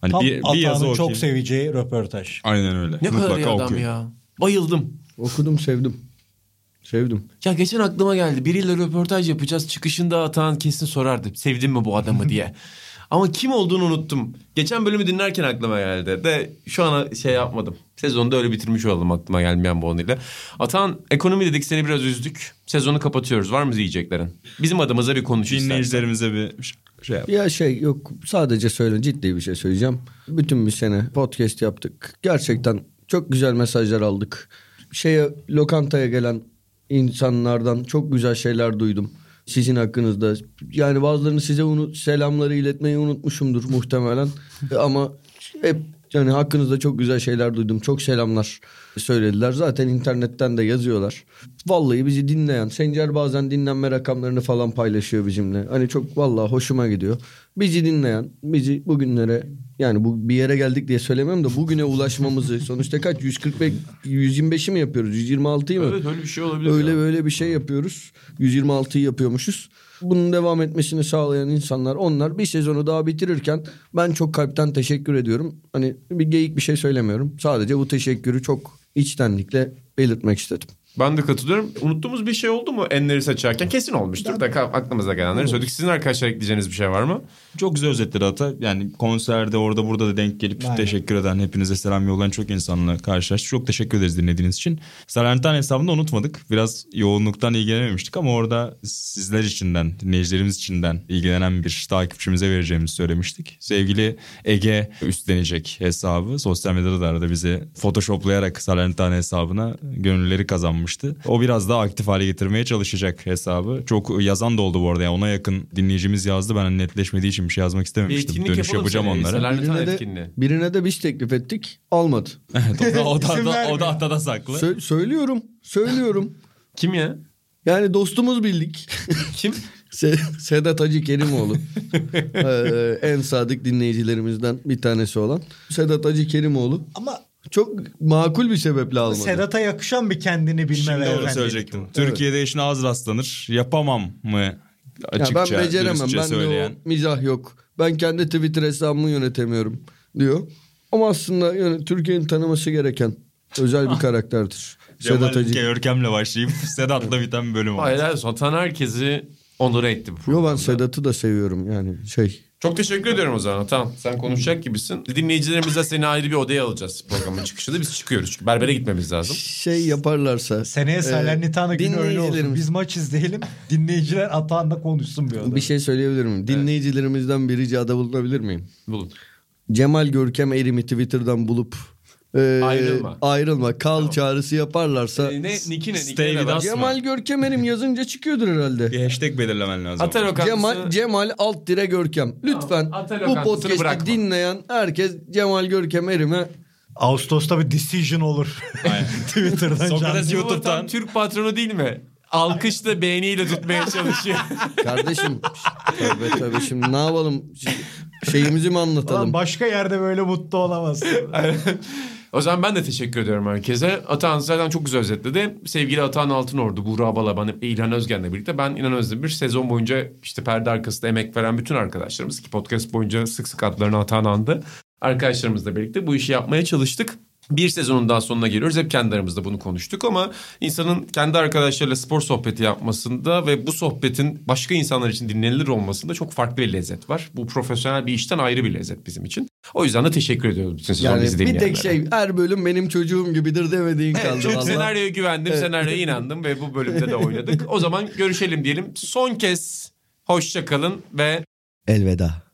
Hani Tam bir, bir yazı Atan'ın okuyayım. çok seveceği röportaj. Aynen öyle. Ne kadar iyi Mutlaka adam okuyun. ya. Bayıldım. Okudum sevdim. Sevdim. Ya geçen aklıma geldi. Biriyle röportaj yapacağız. Çıkışında Atahan kesin sorardı. Sevdin mi bu adamı diye. Ama kim olduğunu unuttum. Geçen bölümü dinlerken aklıma geldi. De şu ana şey yapmadım. Sezonda öyle bitirmiş oldum aklıma gelmeyen bu konuyla. Atan ekonomi dedik seni biraz üzdük. Sezonu kapatıyoruz. Var mı diyeceklerin? Bizim adımıza bir konuş istersen. Dinleyicilerimize bir şey yap. Ya şey yok sadece söyle ciddi bir şey söyleyeceğim. Bütün bir sene podcast yaptık. Gerçekten çok güzel mesajlar aldık. Şeye lokantaya gelen insanlardan çok güzel şeyler duydum. Sizin hakkınızda. Yani bazılarını size unu, selamları iletmeyi unutmuşumdur muhtemelen. Ama hep Yani hakkınızda çok güzel şeyler duydum. Çok selamlar söylediler. Zaten internetten de yazıyorlar. Vallahi bizi dinleyen. Sencer bazen dinlenme rakamlarını falan paylaşıyor bizimle. Hani çok vallahi hoşuma gidiyor. Bizi dinleyen, bizi bugünlere yani bu bir yere geldik diye söylemiyorum da bugüne ulaşmamızı sonuçta kaç 145 125'i mi yapıyoruz? 126'yı mı? Evet öyle bir şey olabilir. Öyle ya. böyle bir şey yapıyoruz. 126'yı yapıyormuşuz. Bunun devam etmesini sağlayan insanlar onlar. Bir sezonu daha bitirirken ben çok kalpten teşekkür ediyorum. Hani bir geyik bir şey söylemiyorum. Sadece bu teşekkürü çok içtenlikle belirtmek istedim. Ben de katılıyorum. Unuttuğumuz bir şey oldu mu enleri seçerken? Kesin olmuştur da ka- aklımıza gelenleri söyledik. Sizin arkadaşlar ekleyeceğiniz bir şey var mı? Çok güzel özetledi Ata. Yani konserde orada burada da denk gelip Aynen. teşekkür eden hepinize selam yollayan çok insanla karşılaştık. Çok teşekkür ederiz dinlediğiniz için. Salentan hesabını da unutmadık. Biraz yoğunluktan ilgilenememiştik ama orada sizler içinden, dinleyicilerimiz içinden ilgilenen bir takipçimize vereceğimizi söylemiştik. Sevgili Ege üstlenecek hesabı. Sosyal medyada da arada bizi photoshoplayarak Salentan hesabına gönülleri kazanmıştı. O biraz daha aktif hale getirmeye çalışacak hesabı. Çok yazan da oldu bu arada. Yani ona yakın dinleyicimiz yazdı. Ben netleşmediği için bir şey yazmak istememiştim Bir yapmıştım. etkinlik Dönüş yapalım yapacağım seneye. onlara. Salernitan Birine de, etkinliği. birine de biz teklif ettik. Almadı. Evet, o da, o da, İsim o da, vermiyor. o da hatta da saklı. Sö- söylüyorum. Söylüyorum. Kim ya? Yani dostumuz bildik. Kim? Se- Sedat Hacı Kerimoğlu. Ee, en sadık dinleyicilerimizden bir tanesi olan. Sedat Hacı Kerimoğlu. Ama Çok makul bir sebeple almadı. Sedat'a yakışan bir kendini bilme Şimdi onu ve efendilik söyleyecektim. bu. Türkiye'de işine az rastlanır. Yapamam mı? Ya ben Açıkça, beceremem. dürüstçe Ben söyleyen. de o mizah yok. Ben kendi Twitter hesabımı yönetemiyorum diyor. Ama aslında yani Türkiye'nin tanıması gereken özel bir karakterdir. Sedat Ah. Cemal Hacı. Görkem'le başlayıp Sedat'la biten bir bölüm oldu. Hayır hayır. Satan herkesi onur etti bu Yo ben programda. Sedat'ı da seviyorum yani şey. Çok teşekkür ediyorum o zaman. Tamam sen konuşacak gibisin. Dinleyicilerimize seni ayrı bir odaya alacağız programın çıkışında. Biz çıkıyoruz. Çünkü berbere gitmemiz lazım. Şey yaparlarsa. Seneye Salernitana günü öyle olsun. Ee, dinleyicilerimiz- Biz maç izleyelim. Dinleyiciler Atahan'la konuşsun bir arada. Bir şey söyleyebilir miyim? Dinleyicilerimizden bir ricada bulunabilir miyim? Bulun. Cemal Görkem Erim'i Twitter'dan bulup e, Ayrılma. ayrılma. Kal çağrısı yaparlarsa. Ee, E, Ne, Niki ne? Stay Niki ne with var? us. Cemal Görkem Erim yazınca çıkıyordur herhalde. Bir hashtag belirlemen lazım. Atar o Cemal, katkısı. Cemal alt dire Görkem. Lütfen Atal bu lokantasını podcast'i bırakma. dinleyen herkes Cemal Görkem Erim'e Ağustos'ta bir decision olur. Aynen. Twitter'dan Sokrates canlı. Cemal tam YouTube'dan. Türk patronu değil mi? Alkışla beğeniyle tutmaya çalışıyor. kardeşim tövbe tövbe şimdi ne yapalım şeyimizi mi anlatalım? Ulan başka yerde böyle mutlu olamazsın. o zaman ben de teşekkür ediyorum herkese. Atan zaten çok güzel özetledi. Sevgili Atan Altınordu, Buğra Balaban, İlhan Özgen'le birlikte ben İlhan Özdemir sezon boyunca işte perde arkasında emek veren bütün arkadaşlarımız ki podcast boyunca sık sık adlarını Atan andı. Arkadaşlarımızla birlikte bu işi yapmaya çalıştık. Bir sezonun daha sonuna geliyoruz. Hep kendi aramızda bunu konuştuk ama insanın kendi arkadaşlarıyla spor sohbeti yapmasında ve bu sohbetin başka insanlar için dinlenilir olmasında çok farklı bir lezzet var. Bu profesyonel bir işten ayrı bir lezzet bizim için. O yüzden de teşekkür ediyoruz bütün sezon yani bizi bir tek dinleyenlere. şey her bölüm benim çocuğum gibidir demediğin Evet, kaldı çünkü valla. senaryoya güvendim, senaryoya inandım ve bu bölümde de oynadık. O zaman görüşelim diyelim. Son kez hoşça kalın ve Elveda.